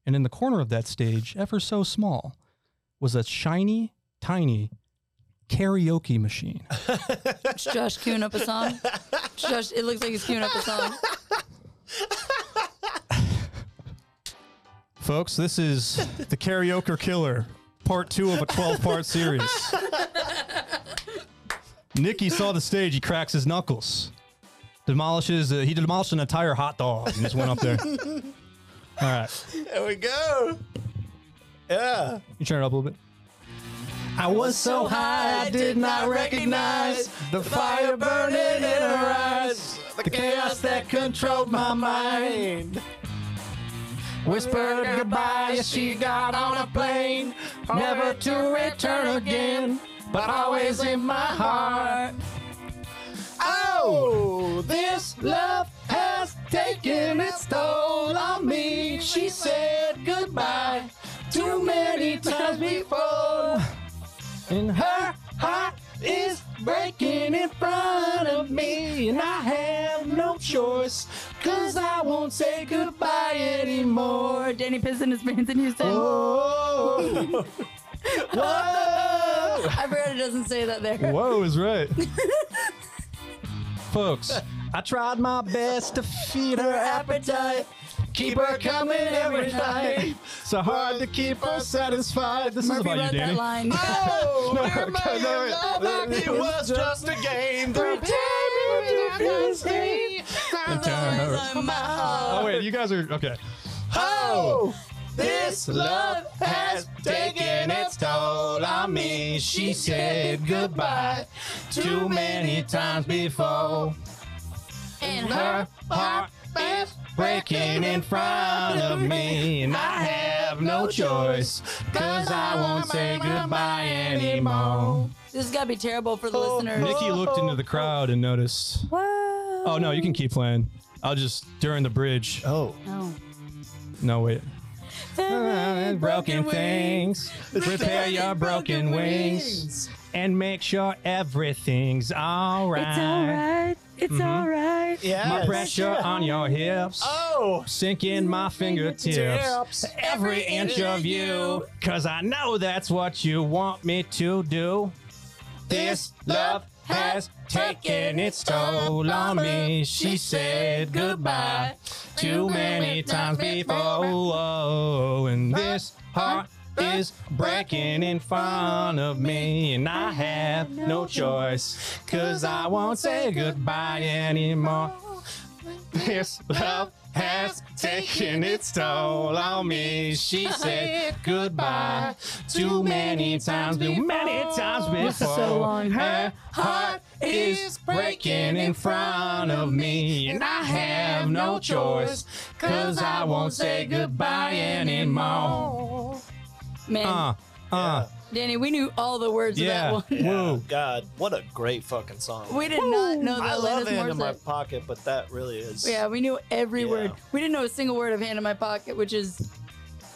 S3: And in the corner of that stage, ever so small, was a shiny, tiny karaoke machine.
S4: It's Josh queuing up a song. It's Josh, it looks like he's queuing up a song.
S3: Folks, this is The Karaoke Killer, part two of a 12 part series. Nikki saw the stage, he cracks his knuckles. Demolishes, uh, he demolished an entire hot dog and just went up there. All right,
S6: There we go. Yeah.
S3: you turn it up a little bit.
S6: I was
S4: so high, I did not recognize
S6: the
S4: fire burning in her eyes,
S6: the chaos that controlled my mind.
S1: Whispered goodbye as she got on a plane, never to return again, but always in my heart.
S6: Oh,
S1: This love has taken its toll on me. She said goodbye too many times before.
S3: And
S1: Her heart is breaking in front of me, and I have no choice, cause I won't say goodbye anymore.
S4: Or Danny Piss in his pants in Houston.
S6: oh. Whoa.
S4: I forgot it doesn't say that there.
S3: Whoa is right. Folks, I tried my best to feed her appetite.
S1: Keep her coming every night.
S3: So hard to keep her satisfied. This is
S4: Murphy
S3: about
S4: wrote
S3: you,
S4: that
S3: Danny.
S4: line.
S6: Oh,
S3: No,
S6: never
S3: okay,
S6: mind.
S3: no, wait.
S6: Love, it was just a game.
S1: Pretend you can stay.
S3: Oh wait, you guys are okay.
S6: Oh, this love
S4: Oh.
S6: has taken its toll on me. She said goodbye too many times before.
S4: And her
S6: Her heart is breaking in front of me, and I have no choice, cause I won't say goodbye anymore.
S4: This has got to be terrible for the listeners.
S3: Oh, Nikki looked into the crowd and noticed.
S4: What?
S3: Oh no, you can keep playing. I'll just during the bridge.
S6: Oh,
S4: No.
S3: No wait.
S4: Broken things,
S3: repair your broken wings, and make sure everything's all right.
S4: It's all right.
S6: yeah.
S3: My pressure on your hips.
S6: Oh,
S3: Sinking my fingertips, every inch of you, cause I know that's what you want me to do.
S6: This love has taken its toll on me. She said goodbye
S4: too many times
S3: before. And this heart is breaking in front of me. And I have no choice, cause I won't say goodbye anymore. This love has taken its toll on me. She said goodbye too many times, too many times before.
S4: So long.
S3: Her heart is breaking in front of me, and I have no choice, cause I won't say goodbye anymore.
S4: Man,
S3: uh,
S4: Danny, we knew all the words of that one.
S3: woo.
S6: God, what a great fucking song.
S4: We did not know
S6: I
S4: that
S6: love
S4: Alanis
S6: it in my
S4: Morissette.
S6: pocket, but that really is.
S4: Yeah, we knew every
S6: Yeah.
S4: word. We didn't know a single word of "Hand in My Pocket," which is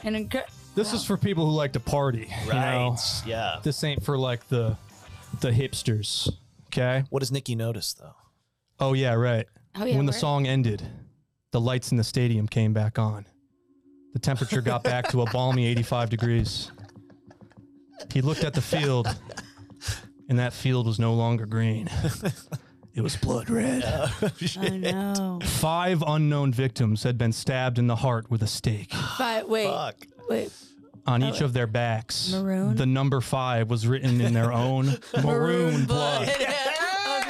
S4: an incredible.
S3: This is for people who like to party, you know?
S6: Right. Yeah.
S3: This ain't for like the the hipsters, okay?
S2: What does Nikki notice though?
S3: Oh yeah, right.
S4: Oh, yeah,
S3: when the
S4: right.
S3: song ended, the lights in the stadium came back on. The temperature got back to a balmy 85 degrees. He looked at the field, and that field was no longer green. It was blood red.
S4: I know.
S3: Five unknown victims had been stabbed in the heart with a stake.
S4: But wait,
S6: Fuck.
S4: wait.
S3: On each of their backs,
S4: Maroon?
S3: the number five was written in their own maroon blood.
S4: I was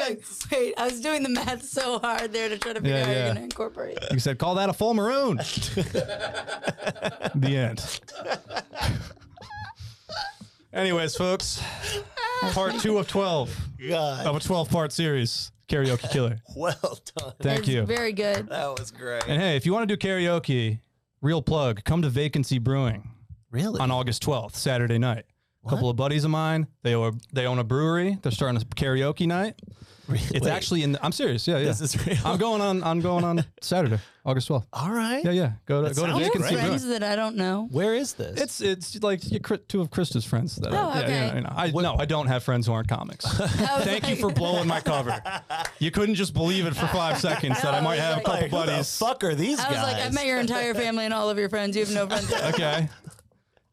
S4: like, wait, I was doing the math so hard there to try to figure
S3: Yeah,
S4: out how
S3: yeah.
S4: you're gonna incorporate. it.
S3: He said, "Call that a full maroon." the end. Anyways, folks, part two of twelve
S6: God.
S3: of a twelve-part series, karaoke killer.
S6: Well done.
S3: Thank
S4: It's
S3: you.
S4: Very good.
S6: That was great.
S3: and hey, if you want to do karaoke, real plug, come to Vacancy Brewing
S2: Really?
S3: on August twelfth, Saturday night. A couple of buddies of mine, they are they own a brewery. They're starting a karaoke night. It's
S2: Wait,
S3: actually in. The, I'm serious. Yeah, yeah.
S2: This is real.
S3: I'm going on. I'm going on Saturday, August 12th.
S2: All right.
S3: Yeah, yeah. Go to
S2: That
S3: go to
S2: sounds
S3: Vacancy
S4: I have
S2: great.
S3: Brewing.
S4: friends that I don't know.
S2: Where is this?
S3: It's it's like your, Chris- two of Krista's friends. That
S4: Oh,
S3: yeah,
S4: okay.
S3: you know, I, no, I don't have friends who aren't comics. Thank you for blowing my cover. You couldn't just believe it for five seconds that I might have a
S4: Like,
S3: couple
S2: Who the
S3: buddies.
S2: fuck are these
S4: I was
S2: guys?
S4: like, I've met your entire family and all of your friends. You have no friends.
S3: Okay.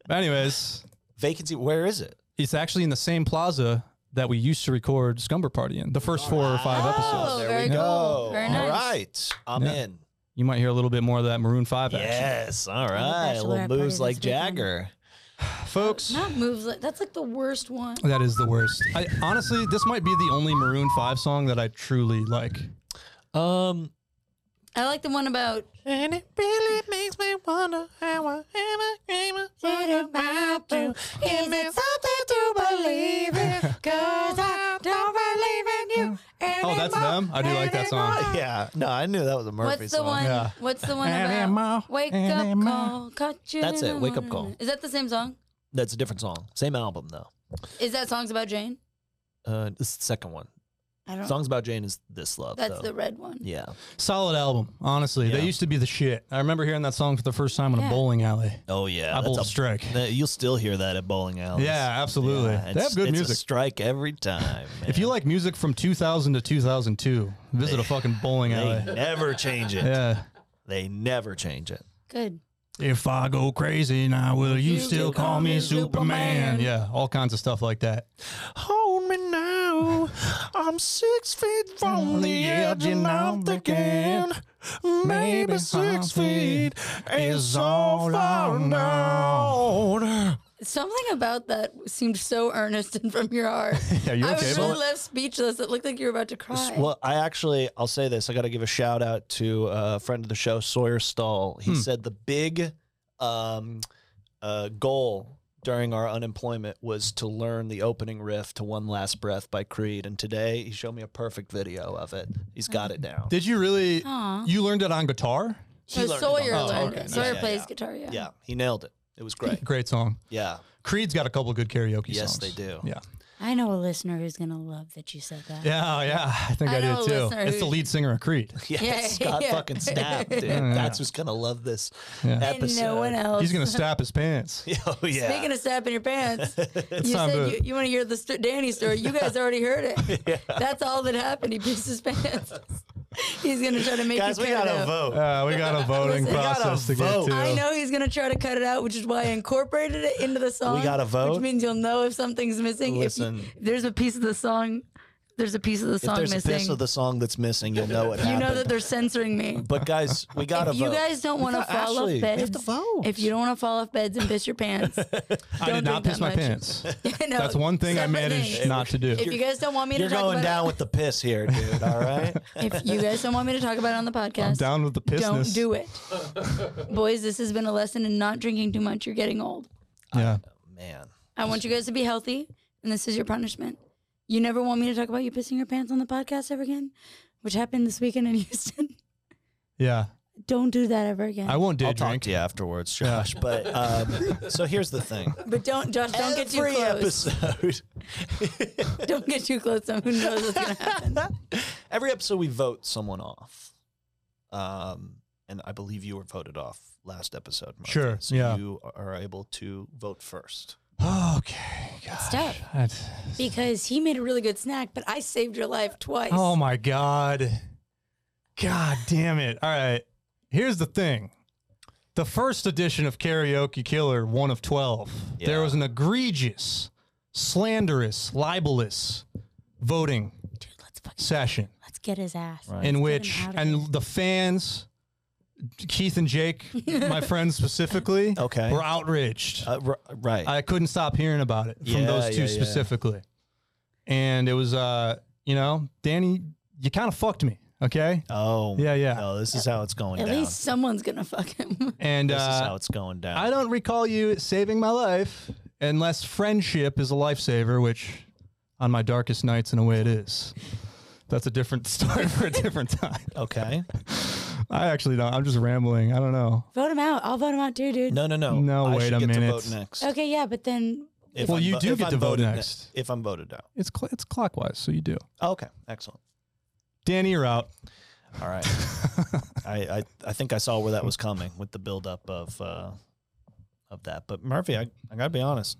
S3: But anyways,
S2: Vacancy. Where is it?
S3: it's actually in the same plaza that we used to record Scumber Party in. The first four or five
S4: Oh,
S3: episodes.
S2: There
S4: very
S2: we go.
S4: cool. Very
S2: All
S4: nice.
S2: right. I'm
S3: Yeah.
S2: in.
S3: You might hear a little bit more of that Maroon Five action,
S2: Yes. All right.
S4: bachelorette
S2: Little
S4: party
S2: moves
S4: this
S2: like
S4: weekend.
S2: Jagger.
S3: folks.
S4: Not moves. Like, that's like the worst one.
S3: That is the worst. I, honestly, this might be the only Maroon Five song that I truly like.
S2: Um.
S4: I like the one about.
S2: And it really makes me wonder how I ever came about you.
S4: Is it something to believe in? Cause I don't believe in you.
S3: Oh, that's them. I do like that song.
S2: Yeah. No, I knew that was a Oh, Murphy
S4: What's the
S2: song.
S4: one?
S3: Yeah.
S4: What's the one
S3: Animal,
S4: about? Wake up
S3: animal.
S4: call, caught you.
S2: That's
S4: in
S2: it,
S4: the
S2: Wake Up Call.
S4: morning. Is that the same song?
S2: That's a different song. Same album though.
S4: Is that songs about Jane?
S2: Uh, this is the second one.
S4: I don't.
S2: Songs about Jane is this love.
S4: that's
S2: though.
S4: the red one.
S2: Yeah.
S3: Solid album, honestly.
S2: Yeah.
S3: They used to be the shit. I remember hearing that song for the first time in
S4: Yeah.
S3: a bowling alley.
S2: Oh yeah.
S3: I
S2: that's
S3: bowled a
S2: a-
S3: strike.
S2: that- You'll still hear that at bowling alleys.
S3: Yeah, absolutely.
S2: Yeah,
S3: they
S2: it's-
S3: have good
S2: it's a
S3: music.
S2: strike every time.
S3: If you like music from 2000 to 2002, visit a fucking bowling
S2: man.
S3: alley.
S2: they never change it.
S3: Yeah.
S2: They never change it.
S4: Good.
S3: If I go crazy now, will you,
S4: You
S3: still
S4: still
S3: call
S4: call
S3: me
S4: me
S3: Superman?
S4: Superman.
S3: Yeah, all kinds of stuff like that.
S2: Hold me now. I'm six feet from the edge and I'm thinking maybe six feet is all I know.
S4: Something about that seemed so earnest and from your heart.
S3: Yeah, you
S4: I
S3: okay,
S4: was
S3: bro?
S4: really left speechless. It looked like you were about to cry.
S2: Well, I actually, I'll say this. I got to give a shout out to a friend of the show, Sawyer Stahl.
S4: Hmm.
S2: He said the big um, uh, goal during our unemployment was to learn the opening riff to One Last Breath by Creed. And today he showed me a perfect video of it. He's got it down.
S3: Did you really?
S4: Aw.
S3: You learned it on guitar?
S2: He
S4: No,
S2: learned it on
S4: Sawyer
S2: guitar.
S4: learned
S3: okay.
S4: it. Sawyer
S2: Yeah,
S4: plays
S2: yeah.
S4: guitar. Yeah.
S2: Yeah, he nailed it. It was great.
S3: Great song.
S2: Yeah.
S3: Creed's got a couple good karaoke
S2: Yes,
S3: songs.
S2: they do.
S3: Yeah.
S4: I know a listener who's gonna love that you said that.
S3: Yeah, yeah. I think
S4: I
S3: I,
S4: know a
S3: did too.
S4: listener
S3: It's the
S4: who-
S3: lead singer of Creed.
S2: Yeah,
S4: Yeah,
S2: Scott
S4: yeah.
S2: fucking snapped, dude.
S3: Yeah.
S2: That's who's gonna love this
S3: Yeah.
S4: And
S2: episode.
S4: no one else.
S3: He's going to stab his pants.
S2: oh yeah.
S4: Speaking of stabbing your pants, you
S3: time
S4: said
S3: to-
S4: you, you want to hear the st- Danny story. You guys already heard it. That's all that happened. He pissed his pants. he's gonna try to make
S2: Guys,
S4: you
S2: we
S4: cut
S2: gotta
S4: it out.
S2: vote.
S3: Uh, we got a voting
S4: We gotta
S3: process to
S2: vote.
S3: get to.
S4: I know he's gonna try to cut it out, which is why I incorporated it into the song.
S2: gotta vote?
S4: which means you'll know if something's missing. If you-
S2: Listen.
S4: if there's a piece of the song. There's a piece of the
S2: if
S4: song
S2: there's
S4: missing.
S2: a piece of the song that's missing, you'll know what
S4: you
S2: happened.
S4: know that they're censoring me.
S2: but guys, we gotta
S4: if
S2: vote.
S4: you guys don't want to
S2: gotta-
S4: fall
S2: Ashley,
S4: off
S2: we have
S4: beds,
S2: to vote.
S4: if you don't want to fall off beds and piss your pants,
S3: I did
S4: Don't
S3: not
S4: drink
S3: piss
S4: that
S3: my
S4: much.
S3: pants.
S4: no,
S3: That's one thing I
S4: separate
S3: managed
S4: things.
S3: not to do.
S4: If you guys don't want me to
S2: You're
S4: talk
S2: going
S4: about
S2: down
S4: it,
S2: with the piss here, dude. All right.
S4: if you guys don't want me to talk about it on the
S3: I'm
S4: podcast,
S3: down with the pissness.
S4: don't do it, boys. This has been a lesson in not drinking too much. You're getting old.
S3: Yeah.
S2: Oh, Man.
S4: I want you guys to be healthy, and this is your punishment. You never want me to talk about you pissing your pants on the podcast ever again, which happened this weekend in Houston.
S3: Yeah.
S4: Don't do that ever again.
S3: I won't day
S2: I'll talk
S3: drink.
S2: to you afterwards, Josh. But um, so here's the thing.
S4: but don't, Josh, don't get too
S2: Every
S4: close.
S2: episode,
S4: Don't get too close. To him. Who knows what's gonna happen?
S2: every episode we vote someone off. Um, and I believe you were voted off last episode. Martha,
S3: Sure,
S2: So
S3: yeah.
S2: you are able to vote first.
S3: okay. Gosh.
S4: tough.
S3: That's-
S4: Because he made a really good snack, but I saved your life twice.
S3: Oh my God. God damn it. All right. Here's the thing. The first edition of Karaoke Killer, one of 12, there
S2: Yeah.
S3: was an egregious, slanderous, libelous voting
S4: Dude, let's fucking
S3: session.
S4: let's get his ass.
S2: Right.
S3: in
S4: Let's get
S3: which
S4: him out of here.
S3: and the fans keith and jake my friends specifically
S2: Okay.
S3: were outraged
S2: Uh, r- right.
S3: i couldn't stop hearing about it from
S2: Yeah,
S3: those two
S2: yeah, yeah.
S3: specifically and it was uh you know danny you kind of fucked me okay
S2: oh.
S3: yeah yeah
S2: No, this is how it's going
S4: at
S2: down.
S4: least someone's gonna fuck him.
S3: and
S2: this is how
S3: uh,
S2: it's going down.
S3: i don't recall you saving my life unless friendship is a lifesaver which on my darkest nights in a way it is that's a different story for a different time
S2: Okay.
S3: i actually don't i'm just rambling i don't know
S4: vote him out. I'll vote him out too, dude.
S2: No, no, no.
S3: No,
S2: I
S3: wait
S2: should
S3: a
S2: get
S3: minute.
S2: To vote next.
S4: Okay, yeah, but then
S2: If
S3: Well,
S2: I'm
S3: you
S2: vo-
S3: do
S2: if
S3: get
S2: I'm
S3: to vote
S2: voted down-
S3: next.
S2: If I'm voted down.
S3: It's cl- it's clockwise, so you do.
S2: Okay, excellent.
S3: Danny, you're out.
S2: All right. I, I I think I saw where that was coming with the buildup of uh, of that. But Murphy, I, I gotta be honest.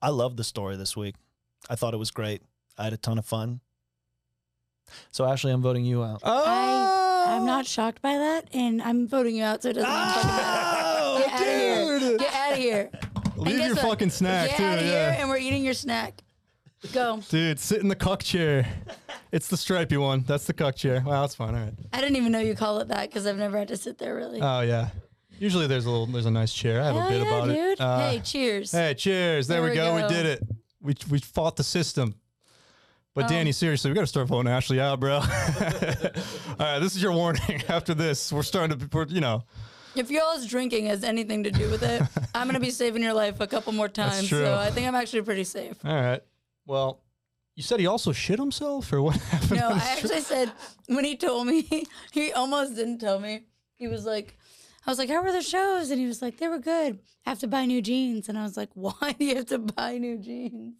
S2: I love the story this week. I thought it was great. I had a ton of fun. So Ashley, I'm voting you out.
S4: I, I'm not shocked by that, and I'm voting you out, so it doesn't even fucking
S2: Oh,
S4: matter. Get out of here. Get out of here.
S3: Ah! Leave
S4: guess
S3: your
S4: what?
S3: fucking snack
S4: Get
S3: too.
S4: out of here,
S3: Yeah.
S4: and we're eating your snack. Go.
S3: Dude, sit in the cuck chair. It's the stripy one. That's the cuck chair. Wow, that's fine. All right.
S4: I didn't even know you call it that because I've never had to sit there really.
S3: Oh yeah. Usually there's a little there's a nice chair. I have
S4: Hell
S3: a bit
S4: yeah,
S3: about
S4: dude.
S3: it. Uh,
S4: hey, cheers.
S3: hey, cheers. There,
S4: There
S3: we
S4: we
S3: go.
S4: go.
S3: We did it. We we fought the system.
S4: Oh.
S3: But Danny, seriously, we got to start voting Ashley out, bro. All right, this is your warning. After this, we're starting to, we're, you know,
S4: If y'all's drinking has anything to do with it, I'm gonna be saving your life a couple more times.
S3: true.
S4: So I think I'm actually pretty safe.
S3: all right. Well, you said he also shit himself, or what happened?
S4: No,
S3: on
S4: I
S3: the strip?
S4: actually said when he told me, he almost didn't tell me. He was like, I was like, how were the shows? And he was like, they were good. I have to buy new jeans. And I was like, why do you have to buy new jeans?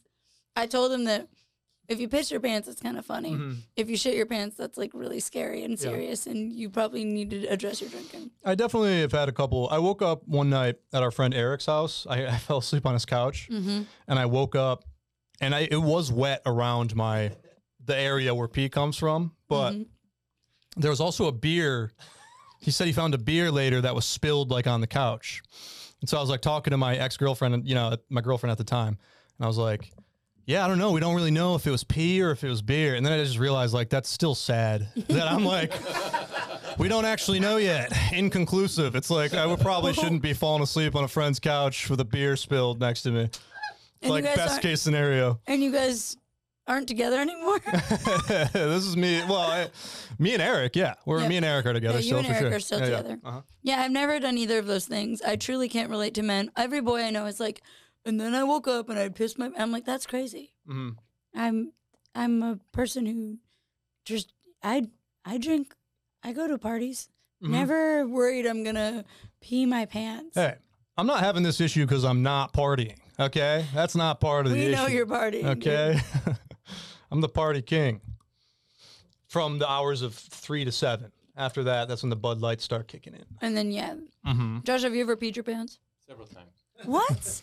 S4: I told him that if you piss your pants, it's kind of funny.
S3: Mm-hmm.
S4: If you shit your pants, that's like really scary and serious. And you probably need to address your drinking.
S3: I definitely have had a couple. I woke up one night at our friend Eric's house. I, I fell asleep on his couch, and I woke up, and I it was wet around my the area where pee comes from, but there was also a beer. He said he found a beer later that was spilled like on the couch, and so I was like talking to my ex girlfriend, you know, my girlfriend at the time, and I was like, yeah, I don't know. We don't really know if it was pee or if it was beer. And then I just realized, like, that's still sad that I'm like, we don't actually know yet. Inconclusive. It's like, I would probably shouldn't be falling asleep on a friend's couch with a beer spilled next to me.
S4: And
S3: like,
S4: you guys
S3: best
S4: aren't-
S3: case scenario.
S4: And you guys aren't together anymore.
S3: this is me. Well, I, me and Eric, yeah. We're,
S4: Yeah.
S3: Me and Eric are together
S4: Yeah, you
S3: still
S4: and
S3: for
S4: Eric
S3: sure.
S4: are still
S3: Yeah, yeah.
S4: together. Yeah. I've never done either of those things. I truly can't relate to men. Every boy I know is like, and then I woke up and I pissed my. I'm like, that's crazy.
S3: Mhm.
S4: I'm I'm a person who just I I drink. I go to parties. Never worried I'm gonna pee my pants.
S3: Mm-hmm. Hey, I'm not having this issue because I'm not partying. Okay. That's not part of the
S4: we
S3: issue.
S4: know you're partying. dude.
S3: Okay. I'm the party king. From the hours of three to seven. After that, that's when the Bud Lights start kicking in.
S4: And then yeah, Josh, have you ever peed your pants?
S5: Several times.
S4: What?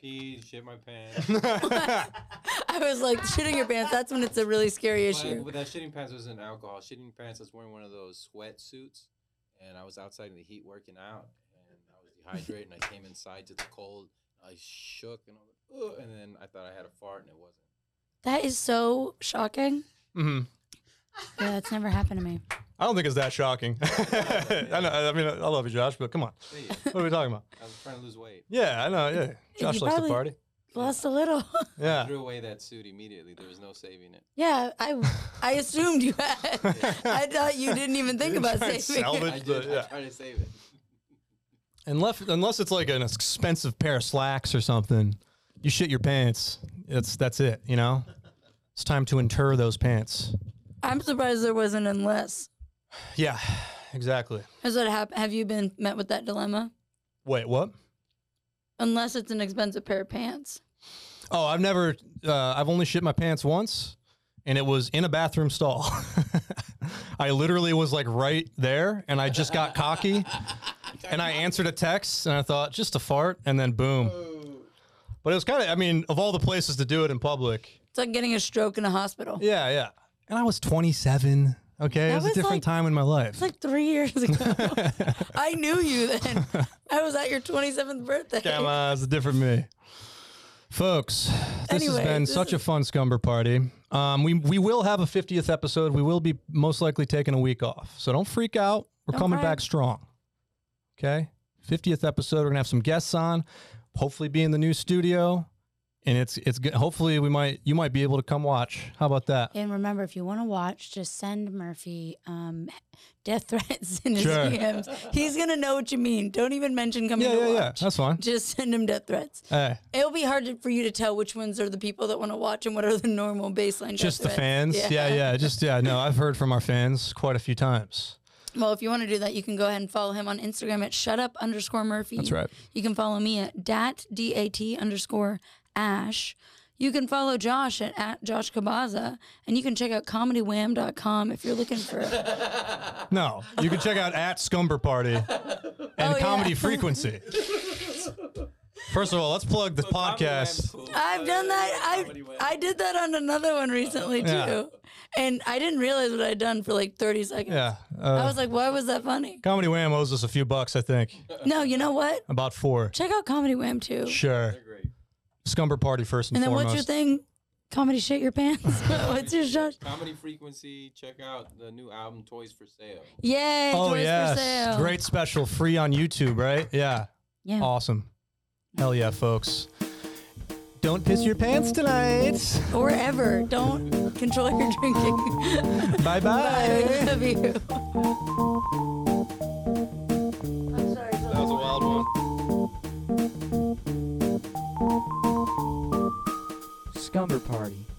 S5: Pee, shit my pants.
S4: I was like shitting your pants. That's when it's a really scary
S5: But,
S4: issue.
S5: but that shitting pants wasn't alcohol. Shitting pants, I was wearing one of those sweatsuits, and I was outside in the heat working out, and I was dehydrated, and I came inside to the cold. I shook, and I was like, Ugh, and then I thought I had a fart, and it wasn't.
S4: That is so shocking.
S3: hmm
S4: Yeah, that's never happened to me.
S3: I don't think it's that shocking. I, know, I mean, I love you, Josh, but come on. What are we talking about?
S5: I was trying to lose weight.
S3: Yeah, I know. Yeah. Josh likes
S4: probably-
S3: to party.
S4: Lost a little.
S5: I
S3: Yeah.
S5: threw away that suit immediately. There was no saving it.
S4: yeah, I I assumed you had. I thought you didn't even think about
S3: Try and
S4: saving. it.
S5: I
S3: salvage
S5: did.
S3: the- yeah.
S5: I tried to save it.
S3: Unless, unless it's like an expensive pair of slacks or something, you shit your pants. It's, that's it, you know? It's time to inter those pants.
S4: I'm surprised there wasn't unless.
S3: Yeah, exactly.
S4: Has that happened? Have you been met with that dilemma?
S3: Wait, what?
S4: Unless it's an expensive pair of pants.
S3: Oh, I've never. Uh, I've only shit my pants once, and it was in a bathroom stall. I literally was like right there, and I just got cocky, and I answered a text, and I thought just a fart, and then boom. But it was kind of. I mean, of all the places to do it in public,
S4: It's like getting a stroke in a hospital.
S3: yeah, yeah. And I was 27. Okay, it
S4: That
S3: was, a
S4: was,
S3: different
S4: like-
S3: time in my life.
S4: It's like three years ago. I knew you then. I was at your 27th birthday.
S3: Come on, it's a different me. Folks, this
S4: Anyway,
S3: has been
S4: this
S3: such a
S4: is-
S3: fun scumber party. Um, we we will have a 50th episode. We will be most likely taking a week off. So don't freak out. We're
S4: Don't
S3: coming
S4: cry.
S3: back strong. Okay? 50th episode. We're going to have some guests on. Hopefully be in the new studio. And it's it's good. hopefully we might you might be able to come watch. How about that?
S4: And remember, if you want to watch, just send Murphy um, death threats in his
S3: Sure.
S4: DMs. He's gonna know what you mean. Don't even mention coming
S3: Yeah,
S4: to
S3: yeah, yeah.
S4: watch.
S3: That's fine.
S4: Just send him death threats.
S3: Hey,
S4: It'll be hard to, for you to tell which ones are the people that want to watch and what are the normal baseline.
S3: just the
S4: death threats.
S3: fans. Yeah. yeah, Just yeah, no. I've heard from our fans quite a few times.
S4: Well, if you want to do that, you can go ahead and follow him on Instagram at shutup underscore Murphy.
S3: That's right.
S4: You can follow me at dat, D-A-T underscore Ash. You can follow Josh at, at Josh Cabaza, and you can check out comedywham.com if you're looking for it.
S3: No, you can check out at Scumber Party and
S4: Oh, yeah.
S3: Comedy Frequency. First of all, let's plug the podcast.
S4: I've done that. I I did that on another one recently too,
S3: Yeah.
S4: and I didn't realize what I'd done for like 30 seconds.
S3: Yeah,
S4: I
S3: uh,
S4: was like, why was that funny?
S3: Comedy Wham owes us a few bucks, I think,
S4: No, you know what?
S3: about four.
S4: Check out Comedy Wham too.
S3: Sure. Scumber Party first and,
S4: And then
S3: foremost.
S4: what's your thing? Comedy shit your pants. what's your shot?
S5: Comedy Frequency. Check out the new album Toys for Sale.
S4: Yay!
S3: Oh
S4: toys
S3: yes,
S4: for sale.
S3: great special, free on YouTube, right? Yeah,
S4: Yeah.
S3: awesome. Hell yeah, folks! Don't piss your pants tonight.
S4: Or ever. Don't control your drinking.
S3: Bye bye.
S4: I love you. I'm sorry.
S5: That was a wild one.
S6: Scumber Party.